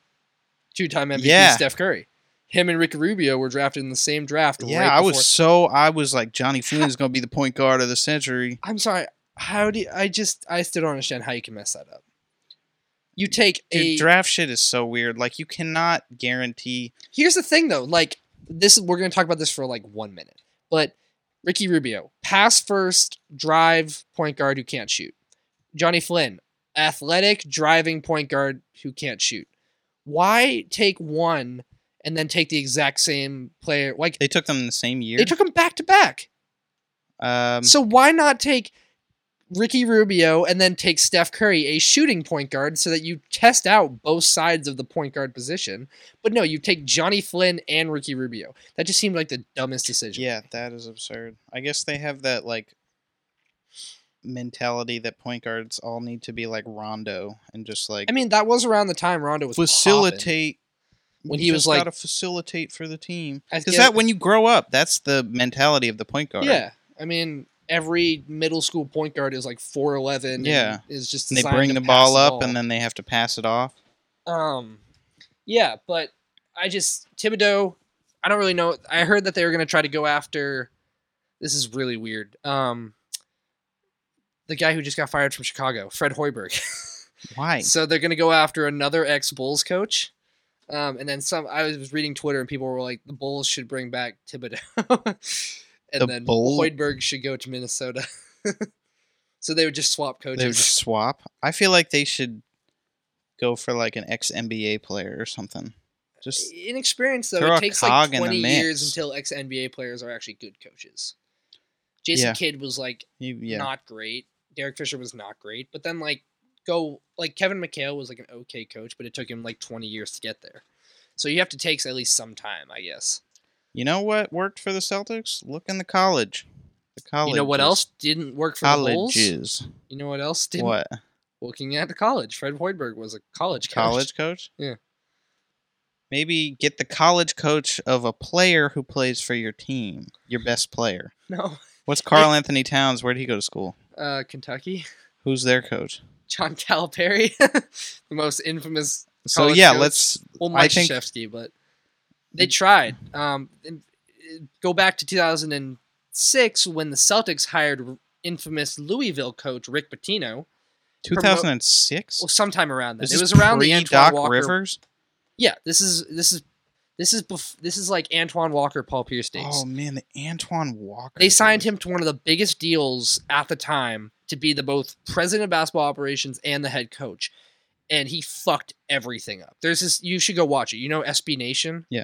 S2: two time MVP
S1: Yeah.
S2: Steph Curry. Him and Ricky Rubio were drafted in the same draft.
S1: yeah,
S2: right
S1: I
S2: before-
S1: was so I was like Johnny Flynn is going to be the point guard of the century.
S2: I'm sorry. How do you, I just I still don't understand how you can mess that up. You take
S1: Dude,
S2: a
S1: draft shit is so weird. Like you cannot guarantee.
S2: Here's the thing though, like this we're going to talk about this for like 1 minute. But Ricky Rubio, pass first, drive point guard who can't shoot. Johnny Flynn, athletic driving point guard who can't shoot. Why take one and then take the exact same player? Like
S1: They took them in the same year.
S2: they took him back to back.
S1: um,
S2: So why not take Ricky Rubio and then take Steph Curry, a shooting point guard, so that you test out both sides of the point guard position. But no, you take Johnny Flynn and Ricky Rubio. That just seemed like the dumbest decision.
S1: Yeah, that is absurd. I guess they have that like mentality that point guards all need to be like Rondo and just like
S2: I mean, that was around the time Rondo was popping.
S1: facilitate
S2: When
S1: you
S2: he was,
S1: just
S2: like-
S1: gotta facilitate for the team.
S2: I
S1: Because
S2: guess-
S1: that when you grow up, that's the mentality of the point guard.
S2: Yeah, I mean, every middle school point guard is like four eleven.
S1: Yeah.
S2: is just
S1: And they
S2: designed
S1: bring
S2: to
S1: the
S2: pass
S1: ball up and
S2: ball.
S1: then they have to pass it off.
S2: Um, yeah, but I just Thibodeau. I don't really know. I heard that they were going to try to go after. This is really weird. Um, the guy who just got fired from Chicago, Fred Hoiberg.
S1: Why?
S2: so they're going to go after another ex Bulls coach. Um, and then some. I was reading Twitter and people were like, the Bulls should bring back Thibodeau, and
S1: The
S2: then
S1: Bull-
S2: Hoiberg should go to Minnesota. so they would just swap coaches.
S1: They would just swap. I feel like they should go for like an ex NBA player or something.
S2: Eh,
S1: Just
S2: inexperienced though.
S1: Throw
S2: It
S1: a
S2: takes
S1: cog
S2: like
S1: in the
S2: 20
S1: mix.
S2: years until ex NBA players are actually good coaches. Jason
S1: Yeah.
S2: Kidd was like
S1: you, yeah.
S2: not great. Derek Fisher was not great, but then like go like Kevin McHale was like an okay coach, but it took him like 20 years to get there. So you have to take at least some time, I guess.
S1: You know what worked for the Celtics? Look in the college. The college.
S2: You know what else didn't work for the Bulls?
S1: Colleges.
S2: You know what else didn't?
S1: What?
S2: Looking at the college, Fred Hoiberg was a college coach.
S1: College coach?
S2: Yeah.
S1: Maybe get the college coach of a player who plays for your team, your best player.
S2: No,
S1: What's Carl Anthony Towns? Where did he go to school?
S2: uh, Kentucky,
S1: Who's their coach?
S2: John Calipari, the most infamous.
S1: So
S2: College
S1: yeah,
S2: coach.
S1: let's
S2: Well,
S1: I
S2: Mike
S1: think-
S2: Krzyzewski, but they tried. Um, and, uh, go back to 2006 when the Celtics hired infamous Louisville coach Rick Pitino.
S1: 2006.
S2: Well, sometime around then.
S1: Is
S2: It
S1: this
S2: was around the
S1: pre-
S2: Antoine
S1: Doc
S2: Walker.
S1: Rivers.
S2: Yeah, this is this is this is bef- this is like Antoine Walker, Paul Pierce days.
S1: Oh man, the Antoine Walker.
S2: they signed
S1: days.
S2: him to one of the biggest deals at the time to be the both president of basketball operations and the head coach and he fucked everything up there's this you should go watch it you know sb nation
S1: Yeah.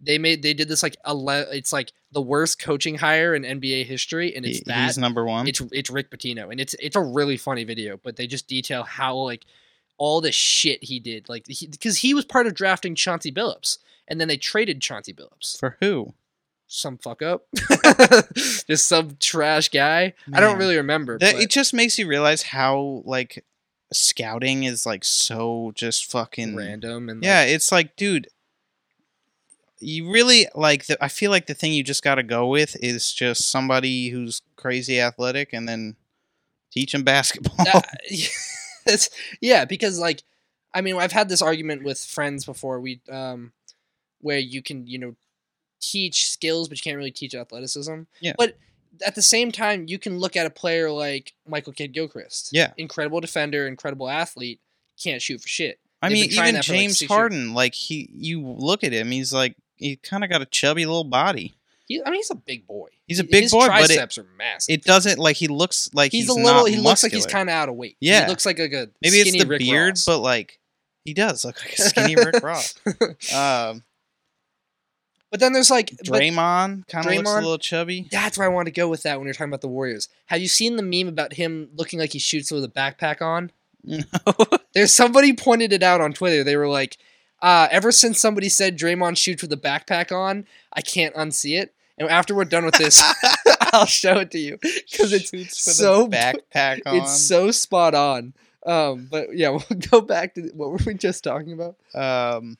S2: they made they did this like ele- it's like the worst coaching hire in nba history and it's
S1: He-
S2: that
S1: he's number one.
S2: it's it's rick patino and it's it's a really funny video but they just detail how like all the shit he did like because he was part of drafting chauncey billups and then they traded chauncey billups
S1: For who?
S2: some fuck up, just some trash guy. I don't
S1: Man.
S2: really remember.
S1: That,
S2: but
S1: it just makes you realize how like scouting is like so just fucking
S2: random and
S1: Yeah,
S2: like,
S1: it's like, dude, you really like. The, I feel like the thing you just got to go with is just somebody who's crazy athletic, and then teach them basketball.
S2: that- it's- yeah, because like, I mean, I've had this argument with friends before. We um, where you can you know teach skills, but you can't really teach athleticism.
S1: Yeah.
S2: But at the same time, you can look at a player like Michael Kidd Gilchrist.
S1: Yeah.
S2: Incredible defender, incredible athlete. Can't shoot for shit.
S1: I
S2: They've been
S1: mean,
S2: trying
S1: even
S2: that for, like,
S1: James
S2: six years.
S1: Harden, like he, you look at him, he's like, he kind of got a chubby little body.
S2: He, I mean, he's a big boy.
S1: He's a
S2: He-
S1: big
S2: His
S1: boy, but it-
S2: triceps are massive.
S1: It doesn't like he looks like
S2: he's,
S1: he's,
S2: a little.
S1: Not
S2: He looks like he's
S1: muscular.
S2: kind of out of weight.
S1: Yeah.
S2: he looks like a good.
S1: maybe it's
S2: skinny
S1: the
S2: Rick
S1: beard,
S2: Ross.
S1: but like he does look like a skinny Rick Ross. Um,
S2: But then there's like but
S1: Draymond kind of looks a
S2: Draymond-
S1: little chubby.
S2: That's where I want to go with that when you're talking about the Warriors. Have you seen the meme about him looking like he shoots with a backpack on?
S1: No.
S2: There's somebody pointed it out on Twitter. They were like, uh, ever since somebody said Draymond shoots with a backpack on, I can't unsee it. And after we're done with this, I'll show it to you because it's
S1: Shoots with a
S2: so bu-
S1: backpack on.
S2: it's so spot on. Um, but yeah, we'll go back to what were we just talking about?
S1: um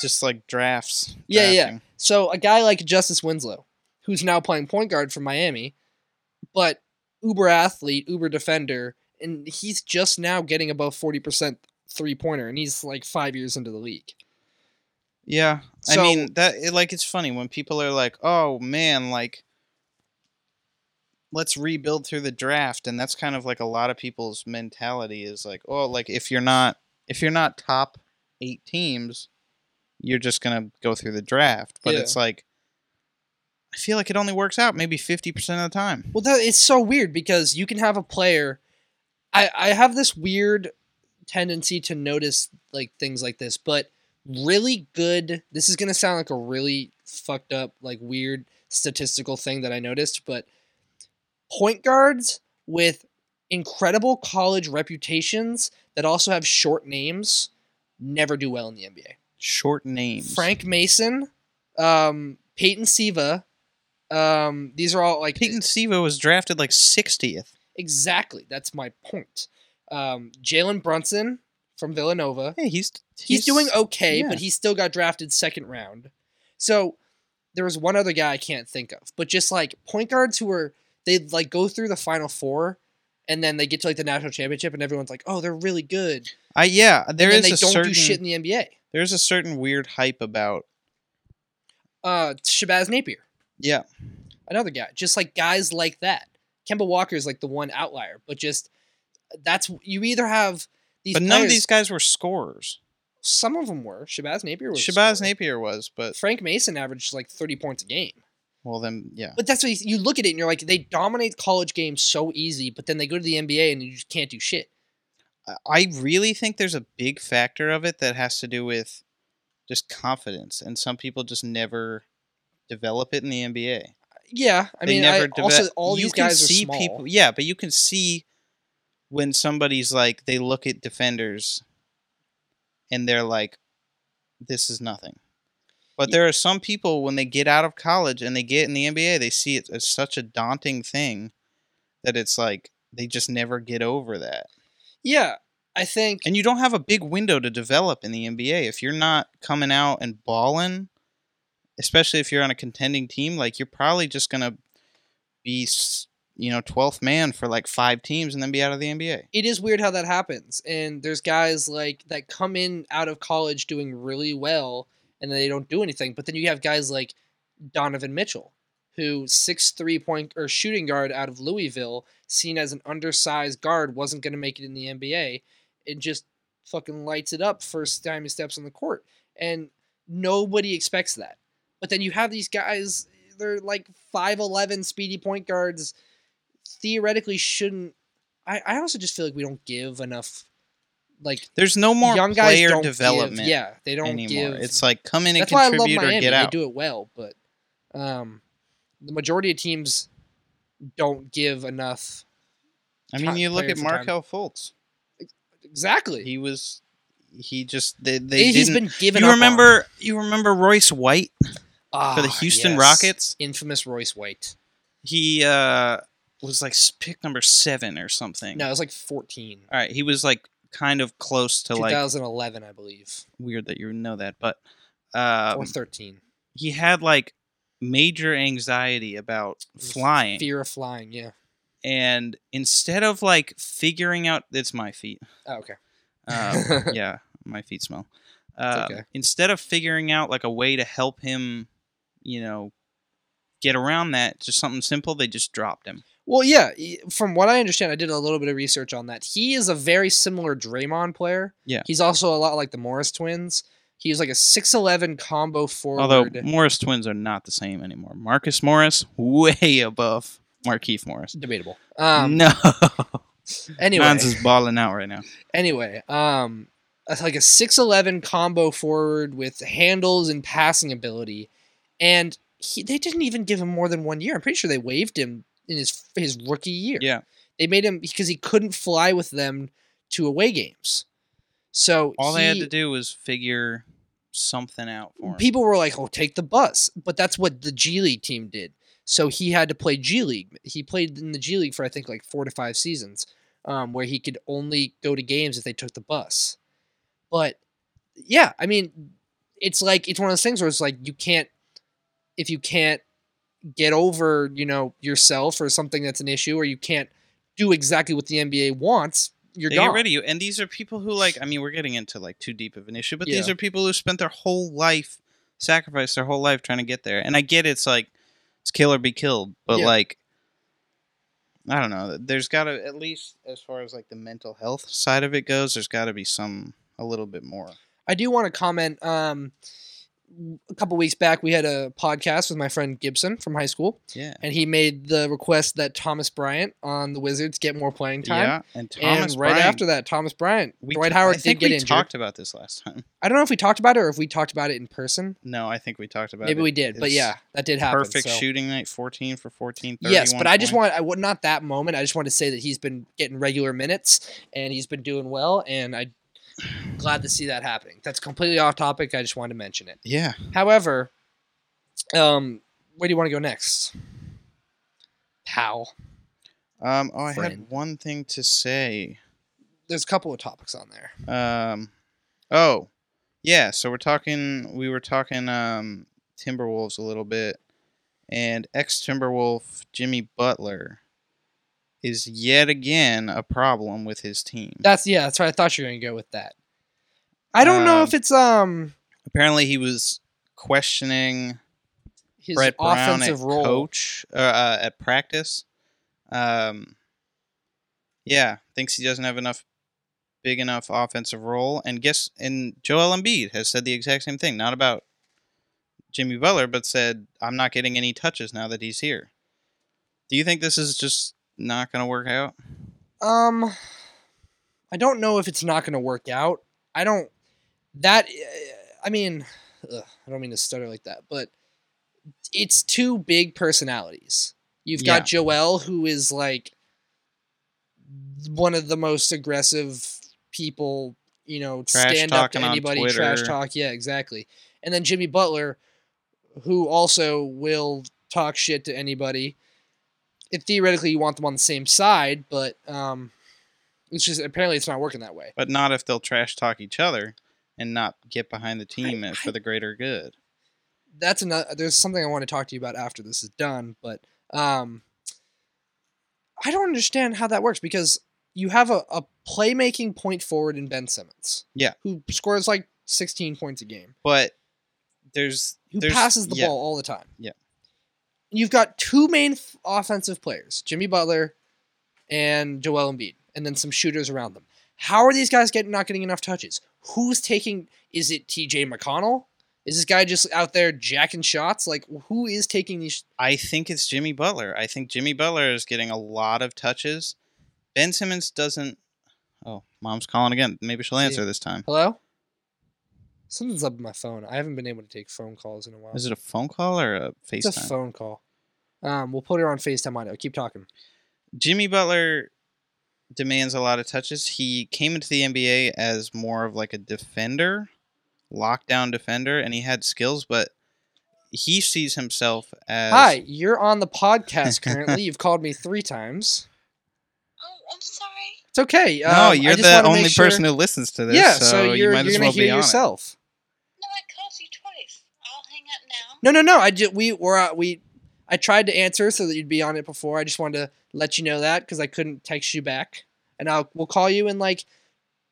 S1: just like drafts
S2: Yeah, yeah.
S1: drafting.
S2: So a guy like Justice Winslow, who's now playing point guard for Miami, but uber athlete, uber defender, and he's just now getting above forty percent three pointer, and he's like five years into the league.
S1: yeah
S2: So-
S1: i mean that it, like it's funny when people are like oh man like let's rebuild through the draft and that's kind of like a lot of people's mentality is like oh like if you're not if you're not top eight teams you're just gonna go through the draft but
S2: Yeah.
S1: it's like i feel like it only works out maybe 50% of the time
S2: Well, that, it's so weird because you can have a player. I I have this weird tendency to notice like things like this, but really good. This is gonna sound like a really fucked up, like weird statistical thing that I noticed, but point guards with incredible college reputations that also have short names never do well in the NBA.
S1: Short names.
S2: Frank Mason, um, Peyton Siva. Um, these are all like
S1: Peyton Siva was drafted like 60th.
S2: exactly. That's my point. Um, Jalen Brunson from Villanova.
S1: Hey, he's
S2: He's, doing okay,
S1: yeah.
S2: but he still got drafted second round. So there was one other guy I can't think of, but just like point guards who were they like go through the final four, and then they get to like the national championship, and everyone's like, oh, they're really good.
S1: I yeah, there
S2: and then
S1: is
S2: they
S1: a
S2: don't
S1: certain
S2: do shit in the NBA.
S1: there's a certain weird hype about
S2: Uh, Shabazz Napier.
S1: yeah.
S2: another guy. Just like guys like that. Kemba Walker is like the one outlier, but just that's you either have these.
S1: But none of
S2: players-
S1: these guys were scorers.
S2: Some of them were Shabazz Napier was. a
S1: Shabazz
S2: scorer.
S1: Napier was, but
S2: Frank Mason averaged like thirty points a game.
S1: well then yeah.
S2: But that's what you, you look at it and you're like, they dominate college games so easy, but then they go to the NBA and you just can't do shit.
S1: I- I really think there's a big factor of it that has to do with just confidence and some people just never develop it in the NBA.
S2: Yeah, I
S1: they
S2: mean,
S1: never
S2: I,
S1: develop.
S2: also all these guys are small.
S1: people, yeah, but you can see when somebody's like they look at defenders and they're like, "This is nothing." But
S2: Ye-
S1: there are some people when they get out of college and they get in the NBA, they see it as such a daunting thing that it's like they just never get over that.
S2: Yeah, I think
S1: And you don't have a big window to develop in the NBA if you're not coming out and balling, especially if you're on a contending team. Like you're probably just gonna be, s- you know, twelfth man for like five teams and then be out of the NBA.
S2: it is weird how that happens. And there's guys like that come in out of college doing really well and they don't do anything. But then you have guys like Donovan Mitchell, who six three point or shooting guard out of Louisville, seen as an undersized guard, wasn't gonna make it in the NBA and just fucking lights it up first time he steps on the court. And nobody expects that. But then you have these guys, they're like 5'11 speedy point guards, theoretically shouldn't. I, I also just feel like we don't give enough, like,
S1: There's no more
S2: young guys
S1: player
S2: don't
S1: development
S2: Give, yeah, they don't
S1: anymore.
S2: give.
S1: It's like come in and
S2: that's why I love
S1: contribute or
S2: Miami.
S1: get
S2: They
S1: out.
S2: do it well, but um, the majority of teams don't give enough.
S1: I mean,
S2: ti-
S1: you look at
S2: players the time.
S1: Markel Fultz.
S2: Exactly.
S1: He was, he just they, they
S2: He, has
S1: didn't.
S2: been given.
S1: you
S2: up on.
S1: remember you remember Royce White for the
S2: Ah,
S1: Houston
S2: yes.
S1: Rockets?
S2: Infamous Royce White.
S1: he uh was like s- pick number seven or something.
S2: No, it was like 14.
S1: All right, he was like kind of close to like
S2: 2011, I believe,
S1: weird that you know that, but um,
S2: or 13.
S1: he had like major anxiety about flying,
S2: Fear of flying. Yeah.
S1: and instead of like figuring out it's my feet,
S2: Oh, okay.
S1: um, yeah, my feet smell. Um,
S2: okay.
S1: Instead of figuring out like a way to help him, you know, get around that, just something simple, they just dropped him.
S2: Well, yeah. y- From what I understand, I did a little bit of research on that. He is a very similar Draymond player.
S1: Yeah.
S2: He's also a lot like the Morris twins. He's like a six eleven combo forward.
S1: Although Morris twins are not the same anymore. Marcus Morris, way above Markeith Morris.
S2: debatable. Um.
S1: no,
S2: anyway.
S1: Mans mm, is balling out right now.
S2: Anyway. Um. it's Like a six eleven combo forward with handles and passing ability, and he, they didn't even give him more than one year. I'm pretty sure they waived him in his his rookie year.
S1: Yeah.
S2: They made him because he couldn't fly with them to away games. So
S1: All they had
S2: he-
S1: to do was figure something out for him.
S2: people were like, "Oh, take the bus," but that's what the G League team did. So he had to play G League. He played in the G League for I think like four to five seasons, um, where he could only go to games if they took the bus. But yeah, I mean, it's like it's one of those things where it's like you can't if you can't get over you know yourself or something that's an issue, or you can't do exactly what the NBA wants. You're
S1: they
S2: gone.
S1: get rid of you. And these are people who, like, I mean, we're getting into like too deep of an issue, but these
S2: Yeah.
S1: are people who spent their whole life, sacrificed their whole life trying to get there. And I get it's like, it's kill or be killed, but
S2: Yeah.
S1: like, I don't know. There's got to, at least as far as like the mental health side of it goes, there's got to be some, a little bit more.
S2: I do want to comment. Um, a couple weeks back we had a podcast with my friend Gibson from high school,
S1: Yeah.
S2: and he made the request that Thomas Bryant on the Wizards get more playing time.
S1: Yeah. And Thomas
S2: and right
S1: Bryant-
S2: after that, Thomas Bryant,
S1: we-
S2: Dwight Howard
S1: I think
S2: did get
S1: we
S2: injured.
S1: talked about this last time.
S2: I don't know if we talked about it or if we talked about it in person.
S1: No, I think we talked about
S2: Maybe
S1: it.
S2: we did, but
S1: It's
S2: yeah, that did happen.
S1: Perfect
S2: so-
S1: shooting night, 14 for 14.
S2: Yes, but
S1: 31
S2: I just
S1: points.
S2: want I would not that moment. I just want to say that he's been getting regular minutes and he's been doing well, and I glad to see that happening. That's completely off topic. I just wanted to mention it.
S1: Yeah.
S2: However, um, where do you want to go next? Pal.
S1: Um, oh, I
S2: Friend.
S1: had one thing to say.
S2: There's a couple of topics on there.
S1: Um, oh, yeah. So we're talking. We were talking um, Timberwolves a little bit, and ex Timberwolf Jimmy Butler is yet again a problem with his team.
S2: That's yeah, that's right. I thought you were gonna go with that. I don't
S1: Um,
S2: know if it's um
S1: Apparently, he was questioning
S2: his
S1: Brett Brown at
S2: offensive role.
S1: coach uh, uh, at practice. Um, yeah, thinks he doesn't have enough big enough offensive role, and guess and Joel Embiid has said the exact same thing, not about Jimmy Butler, but said I'm not getting any touches now that he's here. Do you think this is just not going to work out?
S2: Um, I don't know if it's not going to work out. I don't. That uh, I mean, ugh, I don't mean to stutter like that, but it's two big personalities. You've got Joel, who is like one of the most aggressive people. You know,
S1: Trash
S2: stand up to
S1: talking on
S2: anybody, trash
S1: Twitter.
S2: talk. Yeah, exactly. And then Jimmy Butler, who also will talk shit to anybody. It, theoretically, you want them on the same side, but um, it's just apparently it's not working that way.
S1: But not if they'll trash talk each other and not get behind the team
S2: I-
S1: for the greater good.
S2: That's another. There's something I want to talk to you about after this is done, but um, I don't understand how that works because you have a, a playmaking point forward in Ben Simmons,
S1: Yeah.
S2: who scores like 16 points a game,
S1: But there's
S2: who
S1: There's-
S2: passes the
S1: yeah.
S2: ball all the time.
S1: Yeah.
S2: You've got two main f- offensive players, Jimmy Butler and Joel Embiid, and then some shooters around them. How are these guys getting not getting enough touches? Who's taking? Is it T.J. McConnell? Is this guy just out there jacking shots? Like who is taking these?
S1: I think it's Jimmy Butler. I think Jimmy Butler is getting a lot of touches. Ben Simmons doesn't. Oh, mom's calling again. Maybe she'll answer this time.
S2: Hello. Something's up with my phone. I haven't been able to take phone calls in a while.
S1: Is it a phone call or a
S2: it's a
S1: FaceTime?
S2: phone call. Um, we'll put her on Facetime on it. Keep talking.
S1: Jimmy Butler demands a lot of touches. He came into the NBA as more of like a defender, lockdown defender, and he had skills, but he sees himself as.
S2: Hi, you're on the podcast currently. You've called me three times.
S3: Oh, I'm sorry.
S2: It's okay.
S1: No,
S2: um, I
S1: you're
S2: just
S1: the
S2: wanna make
S1: only
S2: sure-
S1: person who listens to this.
S2: yeah,
S1: so,
S2: so,
S1: you
S2: you're, you
S1: might
S2: are
S1: as
S2: gonna
S1: well be
S2: hear
S1: on. it.
S2: yourself.
S3: No, I called you twice. I'll hang up
S2: No,
S3: now.
S2: no, no. I just, we were uh, we. I tried to answer so that you'd be on it before. I just wanted to let you know that because I couldn't text you back, and I'll we'll call you in like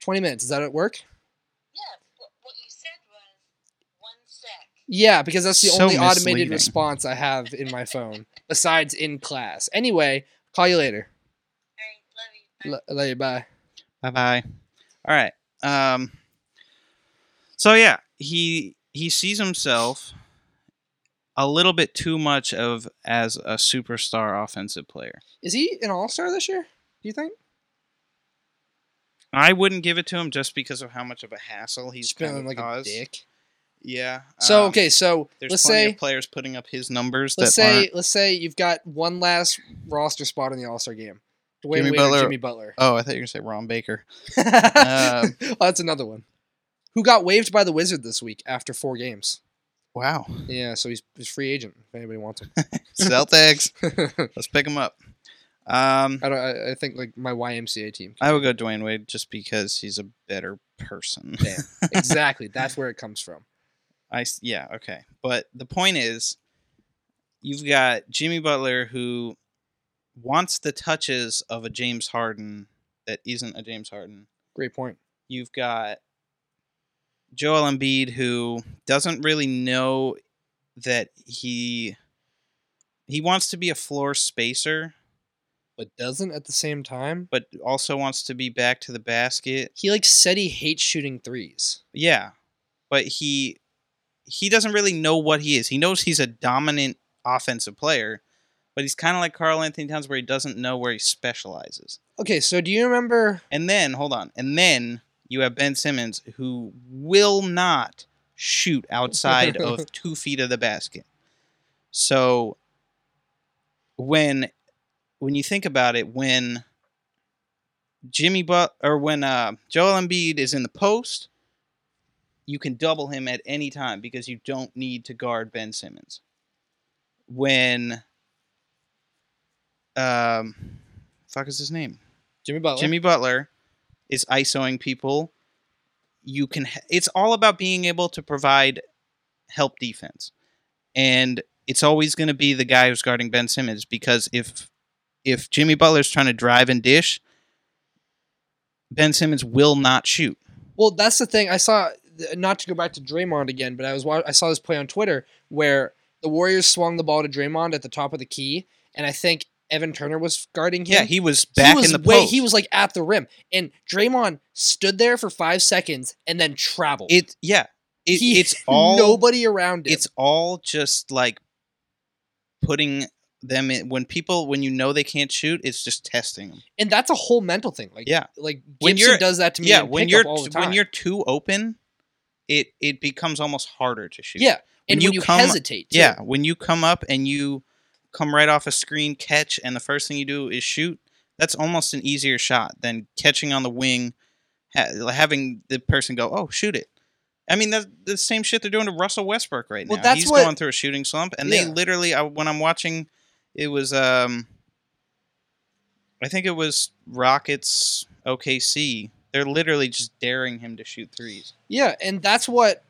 S2: twenty minutes. Does that at work?
S3: Yeah, what, what you said was one sec.
S2: Yeah, because that's the
S1: So
S2: only automated
S1: misleading.
S2: response I have in my phone besides in class. Anyway, call you later.
S3: All right, love you. Bye.
S2: L- love you. Bye.
S1: Bye bye. All right. Um. So yeah, he he sees himself a little bit too much of as a superstar offensive player.
S2: Is he an all star this year? Do you think?
S1: I wouldn't give it to him just because of how much of a hassle he's kind
S2: feeling
S1: of
S2: like
S1: caused.
S2: a dick.
S1: Yeah.
S2: So
S1: um,
S2: okay, so
S1: There's
S2: let's
S1: plenty
S2: say
S1: of players putting up his numbers that
S2: let's say
S1: aren't.
S2: let's say you've got one last roster spot in the All Star game. Dwayne
S1: Jimmy
S2: Wade or
S1: Butler.
S2: Jimmy Butler.
S1: Oh, I thought you were gonna say Ron Baker.
S2: oh,
S1: Um,
S2: that's another one. Who got waived by the Wizard this week after four games?
S1: Wow.
S2: Yeah, so he's, he's free agent. If anybody wants him,
S1: Celtics.
S2: I
S1: Let's pick him up. Um,
S2: don't. I, I think like my YMCA team.
S1: I would go Dwayne Wade just because he's a better person.
S2: Damn. exactly. That's where it comes from.
S1: I s- yeah okay, but the point is, you've got Jimmy Butler who wants the touches of a James Harden that isn't a James Harden.
S2: Great point.
S1: You've got Joel Embiid who doesn't really know that he he wants to be a floor spacer,
S2: But doesn't at the same time.
S1: but also wants to be back to the basket.
S2: He like said he hates shooting threes.
S1: Yeah, but he he doesn't really know what he is. He knows he's a dominant offensive player, but he's kind of like Carl Anthony Towns, where he doesn't know where he specializes.
S2: Okay, so do you remember?
S1: And then hold on, and then you have Ben Simmons, who will not shoot outside of two feet of the basket. So when when you think about it, when Jimmy But or when uh, Joel Embiid is in the post, you can double him at any time because you don't need to guard Ben Simmons. When um, fuck is his name?
S2: Jimmy Butler.
S1: Jimmy Butler is isoing people. You can. h- It's all about being able to provide help defense, and it's always going to be the guy who's guarding Ben Simmons because if if Jimmy Butler's trying to drive and dish, Ben Simmons will not shoot.
S2: Well, that's the thing. I saw not to go back to Draymond again, but I was wa- I saw this play on Twitter where the Warriors swung the ball to Draymond at the top of the key, and I think Evan Turner was guarding him.
S1: Yeah, he was back
S2: was
S1: in the
S2: way-
S1: post.
S2: He was like at the rim, and Draymond stood there for five seconds and then traveled.
S1: it. Yeah, it,
S2: He-
S1: it's all
S2: nobody around him.
S1: it's all just like putting them in when people when you know they can't shoot it's just testing them
S2: and that's a whole mental thing. Like
S1: Yeah.
S2: like
S1: When
S2: Gibson
S1: you're-
S2: does that to me.
S1: yeah
S2: in
S1: when
S2: pickup
S1: you're
S2: all the
S1: t- when
S2: time.
S1: you're too open it it becomes almost harder to shoot
S2: yeah, and
S1: you
S2: when you
S1: come-
S2: hesitate, too.
S1: yeah when you come up and you come right off a screen catch and the first thing you do is shoot that's almost an easier shot than catching on the wing ha- having the person go oh shoot it I mean that's the same shit they're doing to Russell Westbrook right now.
S2: Well, that's
S1: He's
S2: what-
S1: going through a shooting slump, and
S2: Yeah.
S1: they literally I, when I'm watching, it was um, I think it was Rockets OKC. They're literally just daring him to shoot threes.
S2: Yeah, and that's what,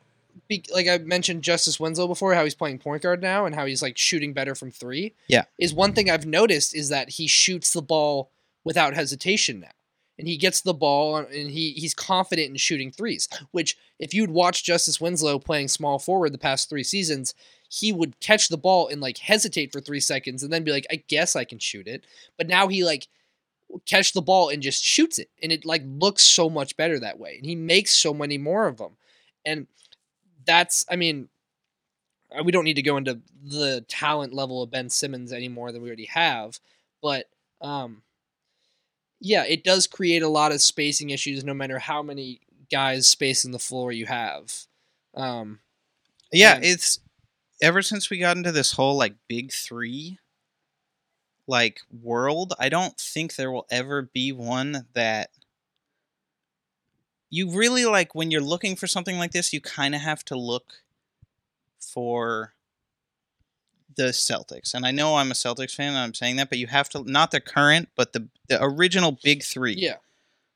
S2: be- like I mentioned, Justice Winslow before, how he's playing point guard now and how he's like shooting better from three.
S1: Yeah.
S2: is one thing I've noticed is that he shoots the ball without hesitation now, and he gets the ball and he he's confident in shooting threes. Which, if you'd watched Justice Winslow playing small forward the past three seasons, he would catch the ball and like hesitate for three seconds and then be like, I guess I can shoot it. But now he like catch the ball and just shoots it and it like looks so much better that way and he makes so many more of them and that's i mean uh, we don't need to go into the talent level of ben simmons any more than we already have but um yeah it does create a lot of spacing issues no matter how many guys spacing the floor you have um
S1: Yeah,
S2: And-
S1: it's ever since we got into this whole like big three like world, I don't think there will ever be one that you really like when you're looking for something like this, you kind of have to look for the Celtics. And I know I'm a Celtics fan and I'm saying that, but you have to not the current, but the the original big 3
S2: yeah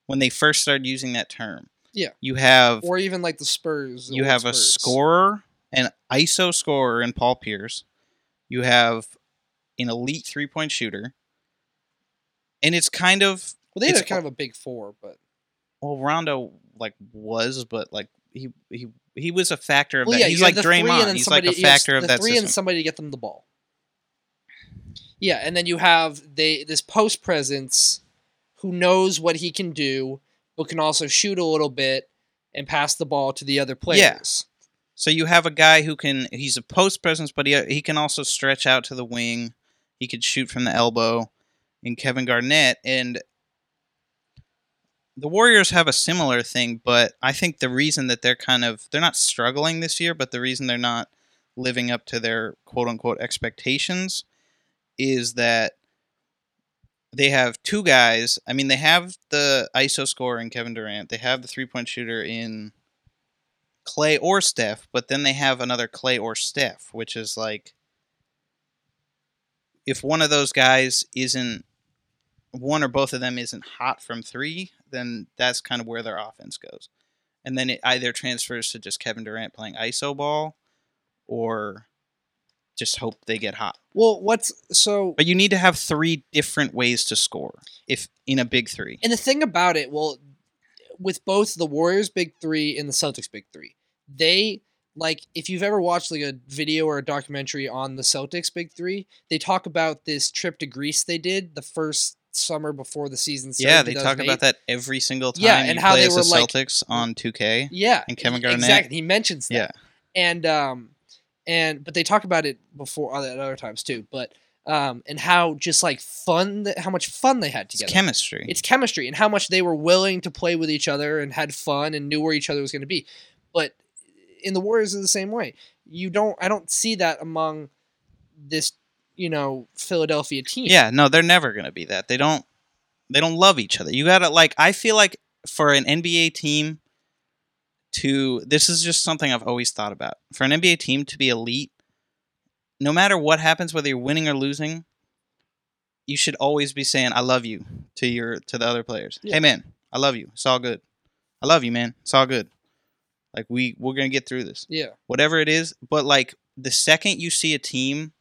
S1: when they first started using that term.
S2: Yeah.
S1: You have
S2: or even like the spurs the
S1: you
S2: old
S1: have a
S2: Spurs.
S1: scorer, an ISO scorer in Paul Pierce. You have an elite three point shooter. And it's kind of
S2: well they had
S1: it's
S2: a kind of a big four but
S1: well, Rondo like was, but like he he he was a factor of
S2: Well,
S1: that.
S2: yeah,
S1: He's
S2: you have
S1: like
S2: the three and
S1: Draymond.
S2: then
S1: He's like a
S2: somebody- you have
S1: factor of
S2: the
S1: that
S2: three
S1: system.
S2: and somebody to get them the ball. Yeah, and then you have they this post presence who knows what he can do, but can also shoot a little bit and pass the ball to the other players.
S1: So you have a guy who can he's a post presence, but he he can also stretch out to the wing. He could shoot from the elbow in Kevin Garnett and the Warriors have a similar thing, but I think the reason that they're kind of they're not struggling this year, but the reason they're not living up to their quote unquote expectations is that they have two guys. I mean, they have the ISO scorer in Kevin Durant. They have the three point shooter in Clay or Steph, but then they have another Clay or Steph, which is like if one of those guys isn't one or both of them isn't hot from three, then that's kind of where their offense goes. And then it either transfers to just Kevin Durant playing ISO ball or just hope they get hot.
S2: Well, what's so
S1: But you need to have three different ways to score if in a big three.
S2: And the thing about it, well, with both the Warriors Big Three and the Celtics Big Three, they like if you've ever watched like a video or a documentary on the Celtics Big Three, they talk about this trip to Greece they did the first summer before the season started.
S1: yeah,
S2: in
S1: they talk
S2: 2008.
S1: about that every single time.
S2: Yeah, and
S1: you
S2: how
S1: play
S2: they
S1: as
S2: were,
S1: the
S2: like-
S1: Celtics on 2K.
S2: Yeah,
S1: and Kevin
S2: e-
S1: Garnett.
S2: Exactly, he mentions that.
S1: Yeah.
S2: and um and but they talk about it before at other times too but um and how just like fun th- how much fun they had
S1: It's
S2: together
S1: chemistry.
S2: it's chemistry and how much they were willing to play with each other and had fun and knew where each other was going to be. But in the Warriors is the same way. You don't I don't see that among this, you know, Philadelphia team.
S1: yeah, no, they're never gonna be that. They don't they don't love each other. You gotta like I feel like for an NBA team to this is just something I've always thought about. For an NBA team to be elite, no matter what happens, whether you're winning or losing, you should always be saying, I love you to your to the other players.
S2: Yeah.
S1: Hey man, I love you. It's all good. I love you, man. It's all good. Like we we're gonna get through this
S2: Yeah.
S1: whatever it is. But like the second you see a team,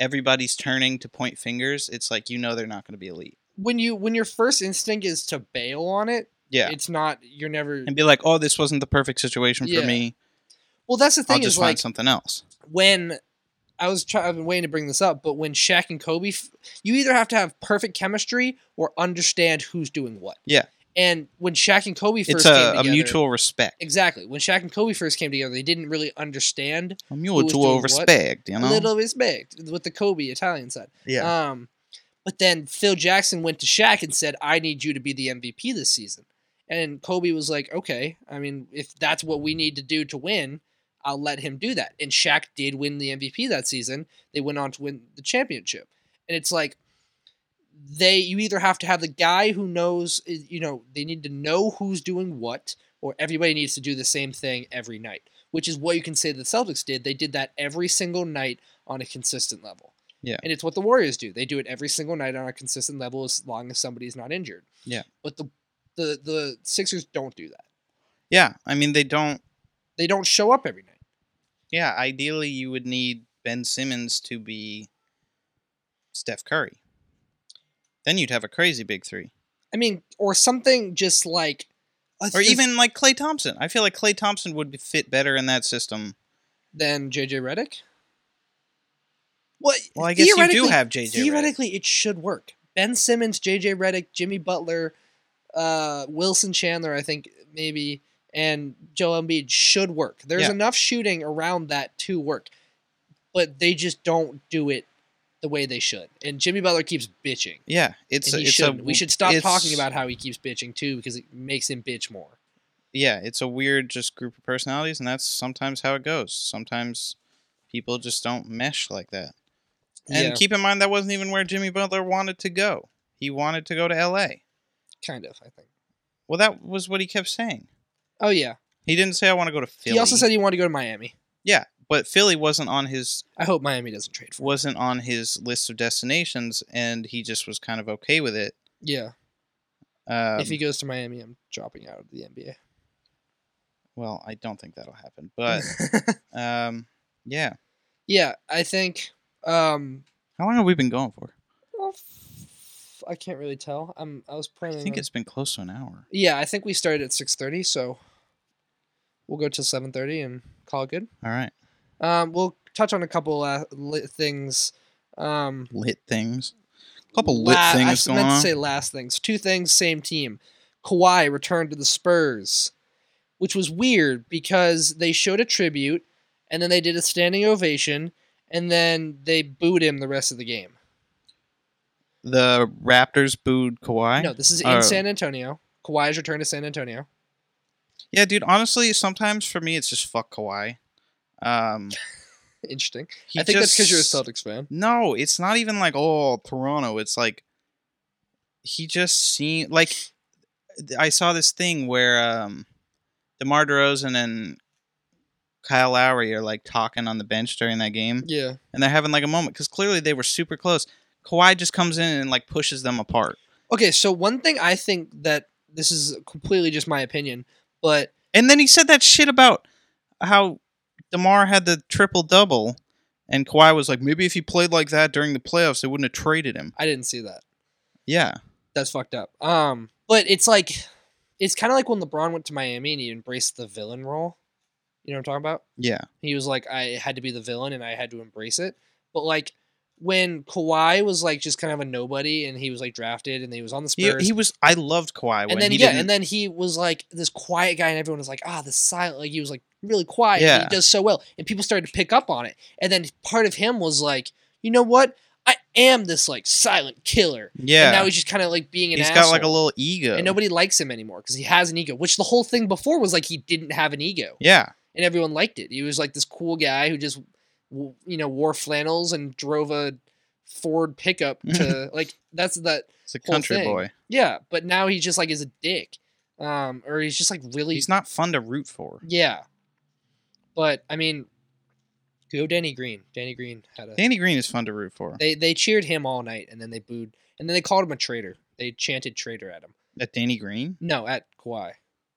S1: everybody's turning to point fingers. It's like you know they're not going to be elite.
S2: When you when your first instinct is to bail on it,
S1: Yeah,
S2: it's not you're never
S1: and be like, oh, this wasn't the perfect situation for
S2: Yeah.
S1: me.
S2: Well, that's the
S1: I'll
S2: thing
S1: just
S2: is
S1: find
S2: like
S1: something else.
S2: when I was trying I've been waiting to bring this up, but when Shaq and Kobe f- you either have to have perfect chemistry or understand who's doing what.
S1: Yeah.
S2: And when Shaq and Kobe first
S1: It's
S2: came
S1: a, a
S2: together-
S1: mutual respect,
S2: Exactly. When Shaq and Kobe first came together, they dn't really understand
S1: a
S2: was doing
S1: mutual
S2: what?
S1: respect. You know,
S2: a little respect with the Kobe Italian side.
S1: yeah,
S2: Um, but then Phil Jackson went to Shaq and said, "I need you to be the MVP this season." And Kobe was like, "Okay, I mean, if that's what we need to do to win, I'll let him do that." And Shaq did win the MVP that season. They went on to win the championship. And it's like they you either have to have the guy who knows i- you know they need to know who's doing what or everybody needs to do the same thing every night which is what you can say the celtics did they did that every single night on a consistent level
S1: Yeah.
S2: and it's what the warriors do they do it every single night on a consistent level as long as somebody's not injured
S1: Yeah.
S2: but the the the sixers don't do that
S1: yeah. I mean, they don't.
S2: they don't show up every night
S1: Yeah, ideally, you would need Ben Simmons to be Steph Curry. Then you'd have a crazy big three,
S2: i mean or something just like a
S1: or
S2: th-
S1: even like Clay Thompson. I feel like Clay Thompson would be- fit better in that system.
S2: than jj reddick what
S1: Well, I guess you do
S2: theoretically-
S1: have JJ. Redick.
S2: theoretically it should work. Ben Simmons, JJ Redick, Jimmy Butler, uh, Wilson Chandler, I think maybe, and Joel Embiid should work. There's
S1: Yeah.
S2: enough shooting around that to work, but they just don't do it the way they should. And Jimmy Butler keeps bitching.
S1: Yeah, it's
S2: And he
S1: it's
S2: shouldn't.
S1: a
S2: we should stop
S1: it's-
S2: talking about how he keeps bitching too, because it makes him bitch more.
S1: Yeah, it's a weird just group of personalities, and that's sometimes how it goes. Sometimes people just don't mesh like that. And
S2: yeah,
S1: keep in mind that wasn't even where Jimmy Butler wanted to go. He wanted to go to L.A.
S2: kind of. I think.
S1: Well, that was what he kept saying.
S2: Oh yeah.
S1: He didn't say I want to go to Philly.
S2: He also said he wanted to go to Miami.
S1: yeah, but Philly wasn't on his
S2: I hope Miami doesn't trade for. him.
S1: wasn't on his list of destinations, and he just was kind of okay with it.
S2: Yeah.
S1: Um,
S2: if he goes to Miami, I'm dropping out of the NBA.
S1: well, I don't think that'll happen, but um, yeah.
S2: Yeah, I think. Um,
S1: How long have we been going for?
S2: well, f- I can't really tell. I'm. I was planning.
S1: I think
S2: on-
S1: it's been close to an hour.
S2: Yeah, I think we started at six thirty, so we'll go till seven thirty and call it good.
S1: All right.
S2: Um, we'll touch on a couple uh, lit things. Um,
S1: Lit things. A couple lit
S2: la- I
S1: things
S2: s-
S1: going
S2: meant
S1: on.
S2: to say last things. Two things, same team. Kawhi returned to the Spurs, which was weird because they showed a tribute and then they did a standing ovation and then they booed him the rest of the game.
S1: the Raptors booed Kawhi.
S2: No, this is in
S1: Oh.
S2: San Antonio. Kawhi's return to San Antonio.
S1: Yeah, dude. Honestly, sometimes for me, it's just fuck Kawhi. Um,
S2: Interesting.
S1: he
S2: I think that's because you're a
S1: just-
S2: Celtics fan.
S1: No, it's not even like oh Toronto. It's like he just seemed like I saw this thing where um, DeMar DeRozan and Kyle Lowry are like talking on the bench during that game.
S2: Yeah.
S1: and they're having like a moment because clearly they were super close. Kawhi just comes in and like pushes them apart.
S2: Okay, so one thing I think that this is completely just my opinion, but
S1: And then he said that shit about how DeMar had the triple double, and Kawhi was like, maybe if he played like that during the playoffs, they wouldn't have traded him.
S2: I didn't see that.
S1: Yeah,
S2: That's fucked up. Um, but it's like, it's kind of like when LeBron went to Miami and he embraced the villain role. You know what I'm talking about?
S1: yeah,
S2: He was like, I had to be the villain and I had to embrace it. But like when Kawhi was like just kind of a nobody and he was like drafted and he was on the
S1: he,
S2: Spurs.
S1: he was. I loved Kawhi when
S2: and then
S1: he
S2: yeah,
S1: didn't.
S2: and then he was like this quiet guy, and everyone was like, ah, the silent. Like he was like really quiet. and
S1: Yeah.
S2: he does so well, and people started to pick up on it. And then part of him was like, you know what? I am this like silent killer.
S1: Yeah.
S2: And now he's just kind of like being an
S1: he's
S2: asshole.
S1: got like a little ego.
S2: and nobody likes him anymore because he has an ego. Which the whole thing before was like he didn't have an ego,
S1: yeah.
S2: and everyone liked it. He was like this cool guy who just, w- you know, wore flannels and drove a Ford pickup to like that's that
S1: He's a
S2: whole
S1: country
S2: thing.
S1: boy.
S2: yeah. But now he's just like is a dick, um, or he's just like really
S1: He's not fun to root for.
S2: yeah. But I mean, go Danny Green. Danny Green had a
S1: Danny Green is fun to root for.
S2: they they cheered him all night, and then they booed, and then they called him a traitor. They chanted traitor at him.
S1: That Danny Green?
S2: No, at Kawhi.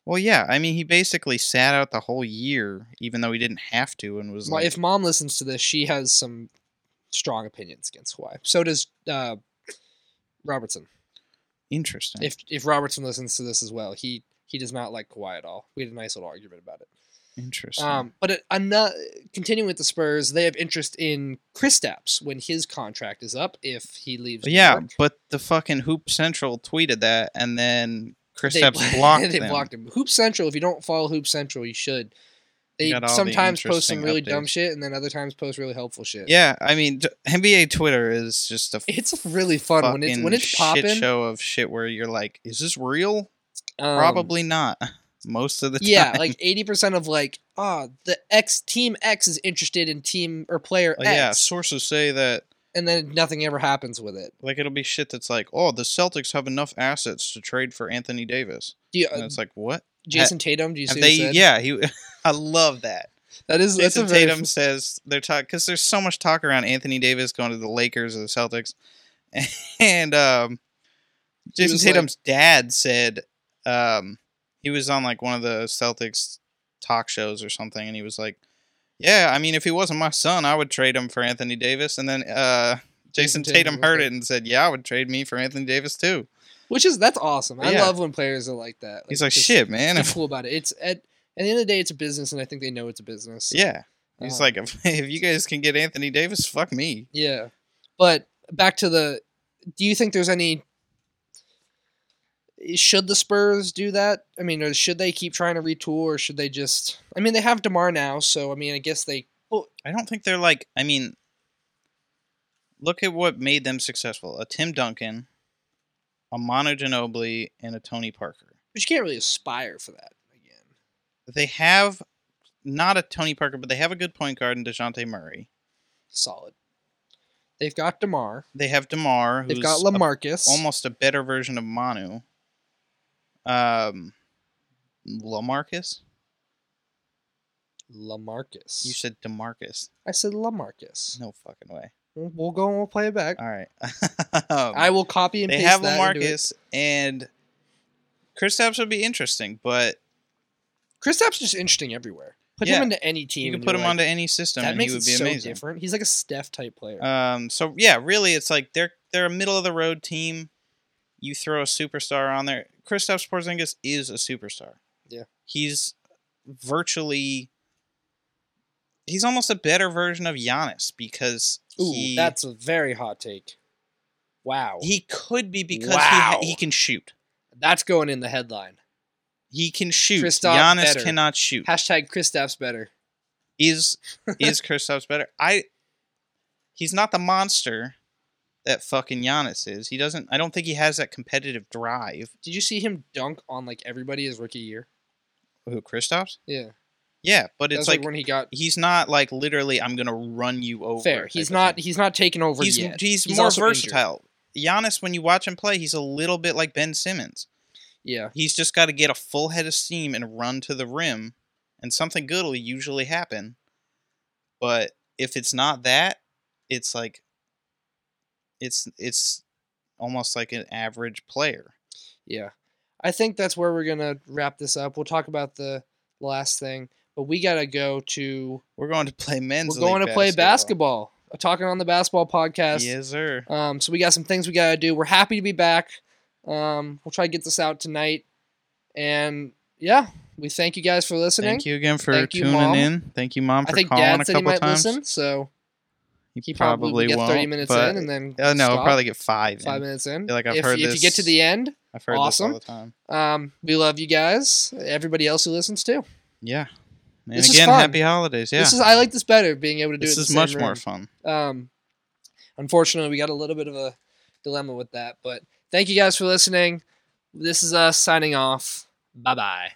S1: Well, yeah. I mean, he basically sat out the whole year, even though he didn't have to, and was
S2: My-
S1: like,
S2: if mom listens to this, she has some strong opinions against Kawhi. So does uh, Robertson.
S1: interesting.
S2: If if Robertson listens to this as well, he he does not like Kawhi at all. We had a nice little argument about it.
S1: interesting.
S2: Um, but it, I'm not continuing with the Spurs. They have interest in Kristaps when his contract is up. If he leaves,
S1: But
S2: New
S1: yeah,
S2: York.
S1: but the fucking Hoop Central tweeted that, and then Chris
S2: they,
S1: Stapps blocked
S2: they
S1: them.
S2: blocked him. Hoop Central. If you don't follow Hoop Central, you should. They
S1: You got all the
S2: sometimes post some
S1: interesting
S2: really dumb
S1: updates.
S2: shit, and then other times post really helpful shit.
S1: Yeah, I mean, t- NBA Twitter is just a
S2: it's really fun when it's when it's
S1: fucking shit
S2: popping.
S1: show of shit where you're like, is this real?
S2: um,
S1: Probably not. Most of the time.
S2: yeah, like eighty percent of like, ah, the X team X is interested in team or player
S1: Like,
S2: X,
S1: yeah, sources say that
S2: and then nothing ever happens with it.
S1: like it'll be shit that's like, oh, the Celtics have enough assets to trade for Anthony Davis,
S2: Do you,
S1: and it's like, what?
S2: Jason Tatum, do Uh, you
S1: Have
S2: see?
S1: they?
S2: what he said?
S1: Yeah, he. I love that.
S2: that is that's a
S1: Jason
S2: very,
S1: Tatum says they're talk because there's so much talk around Anthony Davis going to the Lakers or the Celtics, and um,
S2: He
S1: Jason
S2: was like-
S1: Tatum's dad said um, he was on like one of the Celtics talk shows or something, and he was like, "Yeah, I mean, if he wasn't my son, I would trade him for Anthony Davis." And then uh, Jason,
S2: Jason Tatum
S1: Tatum,
S2: was
S1: heard
S2: like-
S1: it and said, "Yeah, I would trade me for Anthony Davis too."
S2: which is that's awesome. I
S1: Yeah.
S2: love when players are like that.
S1: He's like,
S2: just-
S1: "Shit, man."
S2: What's
S1: If,
S2: cool about it? It's at at the end of the day, it's a business, and I think they know it's a business. so,
S1: yeah, he's
S2: um,
S1: like, if, "If you guys can get Anthony Davis, fuck me."
S2: yeah. But back to the, do you think there's any? Should the Spurs do that? I mean, or should they keep trying to retool, or should they just? I mean, they have Demar now, so I mean, I guess they.
S1: I don't think they're like. I mean, look at what made them successful: a Tim Duncan, a Mono Ginobili, and a Tony Parker.
S2: But you can't really aspire for that again.
S1: They have not a Tony Parker, but they have a good point guard in Dejounte Murray.
S2: Solid. They've got Demar.
S1: They have Demar, who's
S2: They've got
S1: a-
S2: Lamarcus.
S1: almost a better version of Manu. Um, Lamarcus.
S2: Lamarcus.
S1: You said Demarcus.
S2: I said Lamarcus.
S1: No fucking way.
S2: We'll go and we'll play it back.
S1: All right.
S2: I will copy and
S1: Um, they
S2: paste
S1: have
S2: that into it.
S1: Lamarcus and Kristaps would be interesting, but
S2: Kristaps is just interesting everywhere. Put him
S1: Yeah.
S2: into any team.
S1: You
S2: and
S1: can put
S2: you're
S1: him
S2: like,
S1: onto any system,
S2: That
S1: and
S2: makes
S1: he would
S2: it
S1: be
S2: so
S1: amazing.
S2: different. He's like a Steph type player.
S1: Um, so yeah, really, it's like they're they're a middle of the road team. You throw a superstar on there. Kristaps Porzingis is a superstar.
S2: Yeah.
S1: he's virtually. He's almost a better version of Giannis because
S2: Ooh,
S1: he
S2: that's a very hot take. Wow,
S1: he could be because he
S2: Wow.
S1: ha- he can shoot.
S2: that's going in the headline.
S1: He can shoot.
S2: Kristaps
S1: Giannis
S2: better.
S1: cannot shoot.
S2: Hashtag Kristaps better.
S1: is is Kristaps better? I he's not the monster that fucking Giannis is. He doesn't. I don't think he has that competitive drive.
S2: Did you see him dunk on like everybody his rookie year?
S1: Who Kristaps?
S2: Yeah,
S1: Yeah, but
S2: that's
S1: it's
S2: like,
S1: like,
S2: when he got
S1: he's not like literally. I'm gonna run you over.
S2: fair.
S1: type
S2: He's
S1: of
S2: not.
S1: thing.
S2: He's not taken over
S1: He's
S2: yet.
S1: he's,
S2: He's
S1: more
S2: also injured.
S1: versatile. Giannis, when you watch him play, he's a little bit like Ben Simmons.
S2: Yeah,
S1: He's just got to get a full head of steam and run to the rim, and something good will usually happen. But if it's not that, it's like it's it's almost like an average player.
S2: yeah. I think that's where we're gonna wrap this up. We'll talk about the last thing, but we gotta go to.
S1: We're going to play men's.
S2: We're going
S1: league
S2: to play basketball. uh, Talking on the basketball podcast.
S1: Yes, sir.
S2: Um, so we got some things we gotta do. We're happy to be back. Um, we'll try to get this out tonight. And yeah, we thank you guys for listening.
S1: Thank you again for
S2: Thank you,
S1: tuning
S2: Mom.
S1: in. Thank you, mom,
S2: I
S1: for
S2: think
S1: calling
S2: Dad
S1: a
S2: said he
S1: couple
S2: might
S1: times.
S2: listen, so
S1: He,
S2: he probably,
S1: probably
S2: will
S1: won't.
S2: get thirty minutes
S1: but,
S2: in and then
S1: oh no,
S2: stop.
S1: I'll probably get five.
S2: five
S1: in.
S2: minutes in.
S1: Like, I've
S2: if,
S1: heard
S2: if you get to
S1: this-
S2: the end,
S1: I've heard
S2: Awesome.
S1: this all the time.
S2: um, we love you guys. Everybody else who listens too.
S1: Yeah, And
S2: This is
S1: again,
S2: fun.
S1: happy holidays. Yeah.
S2: This is I like this better being able to do
S1: This
S2: it. in
S1: is
S2: the
S1: much
S2: same
S1: more
S2: room.
S1: fun.
S2: Um, unfortunately, we got a little bit of a dilemma with that, but thank you guys for listening. This is us signing off. Bye bye.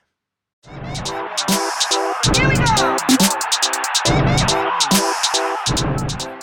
S3: Here we go.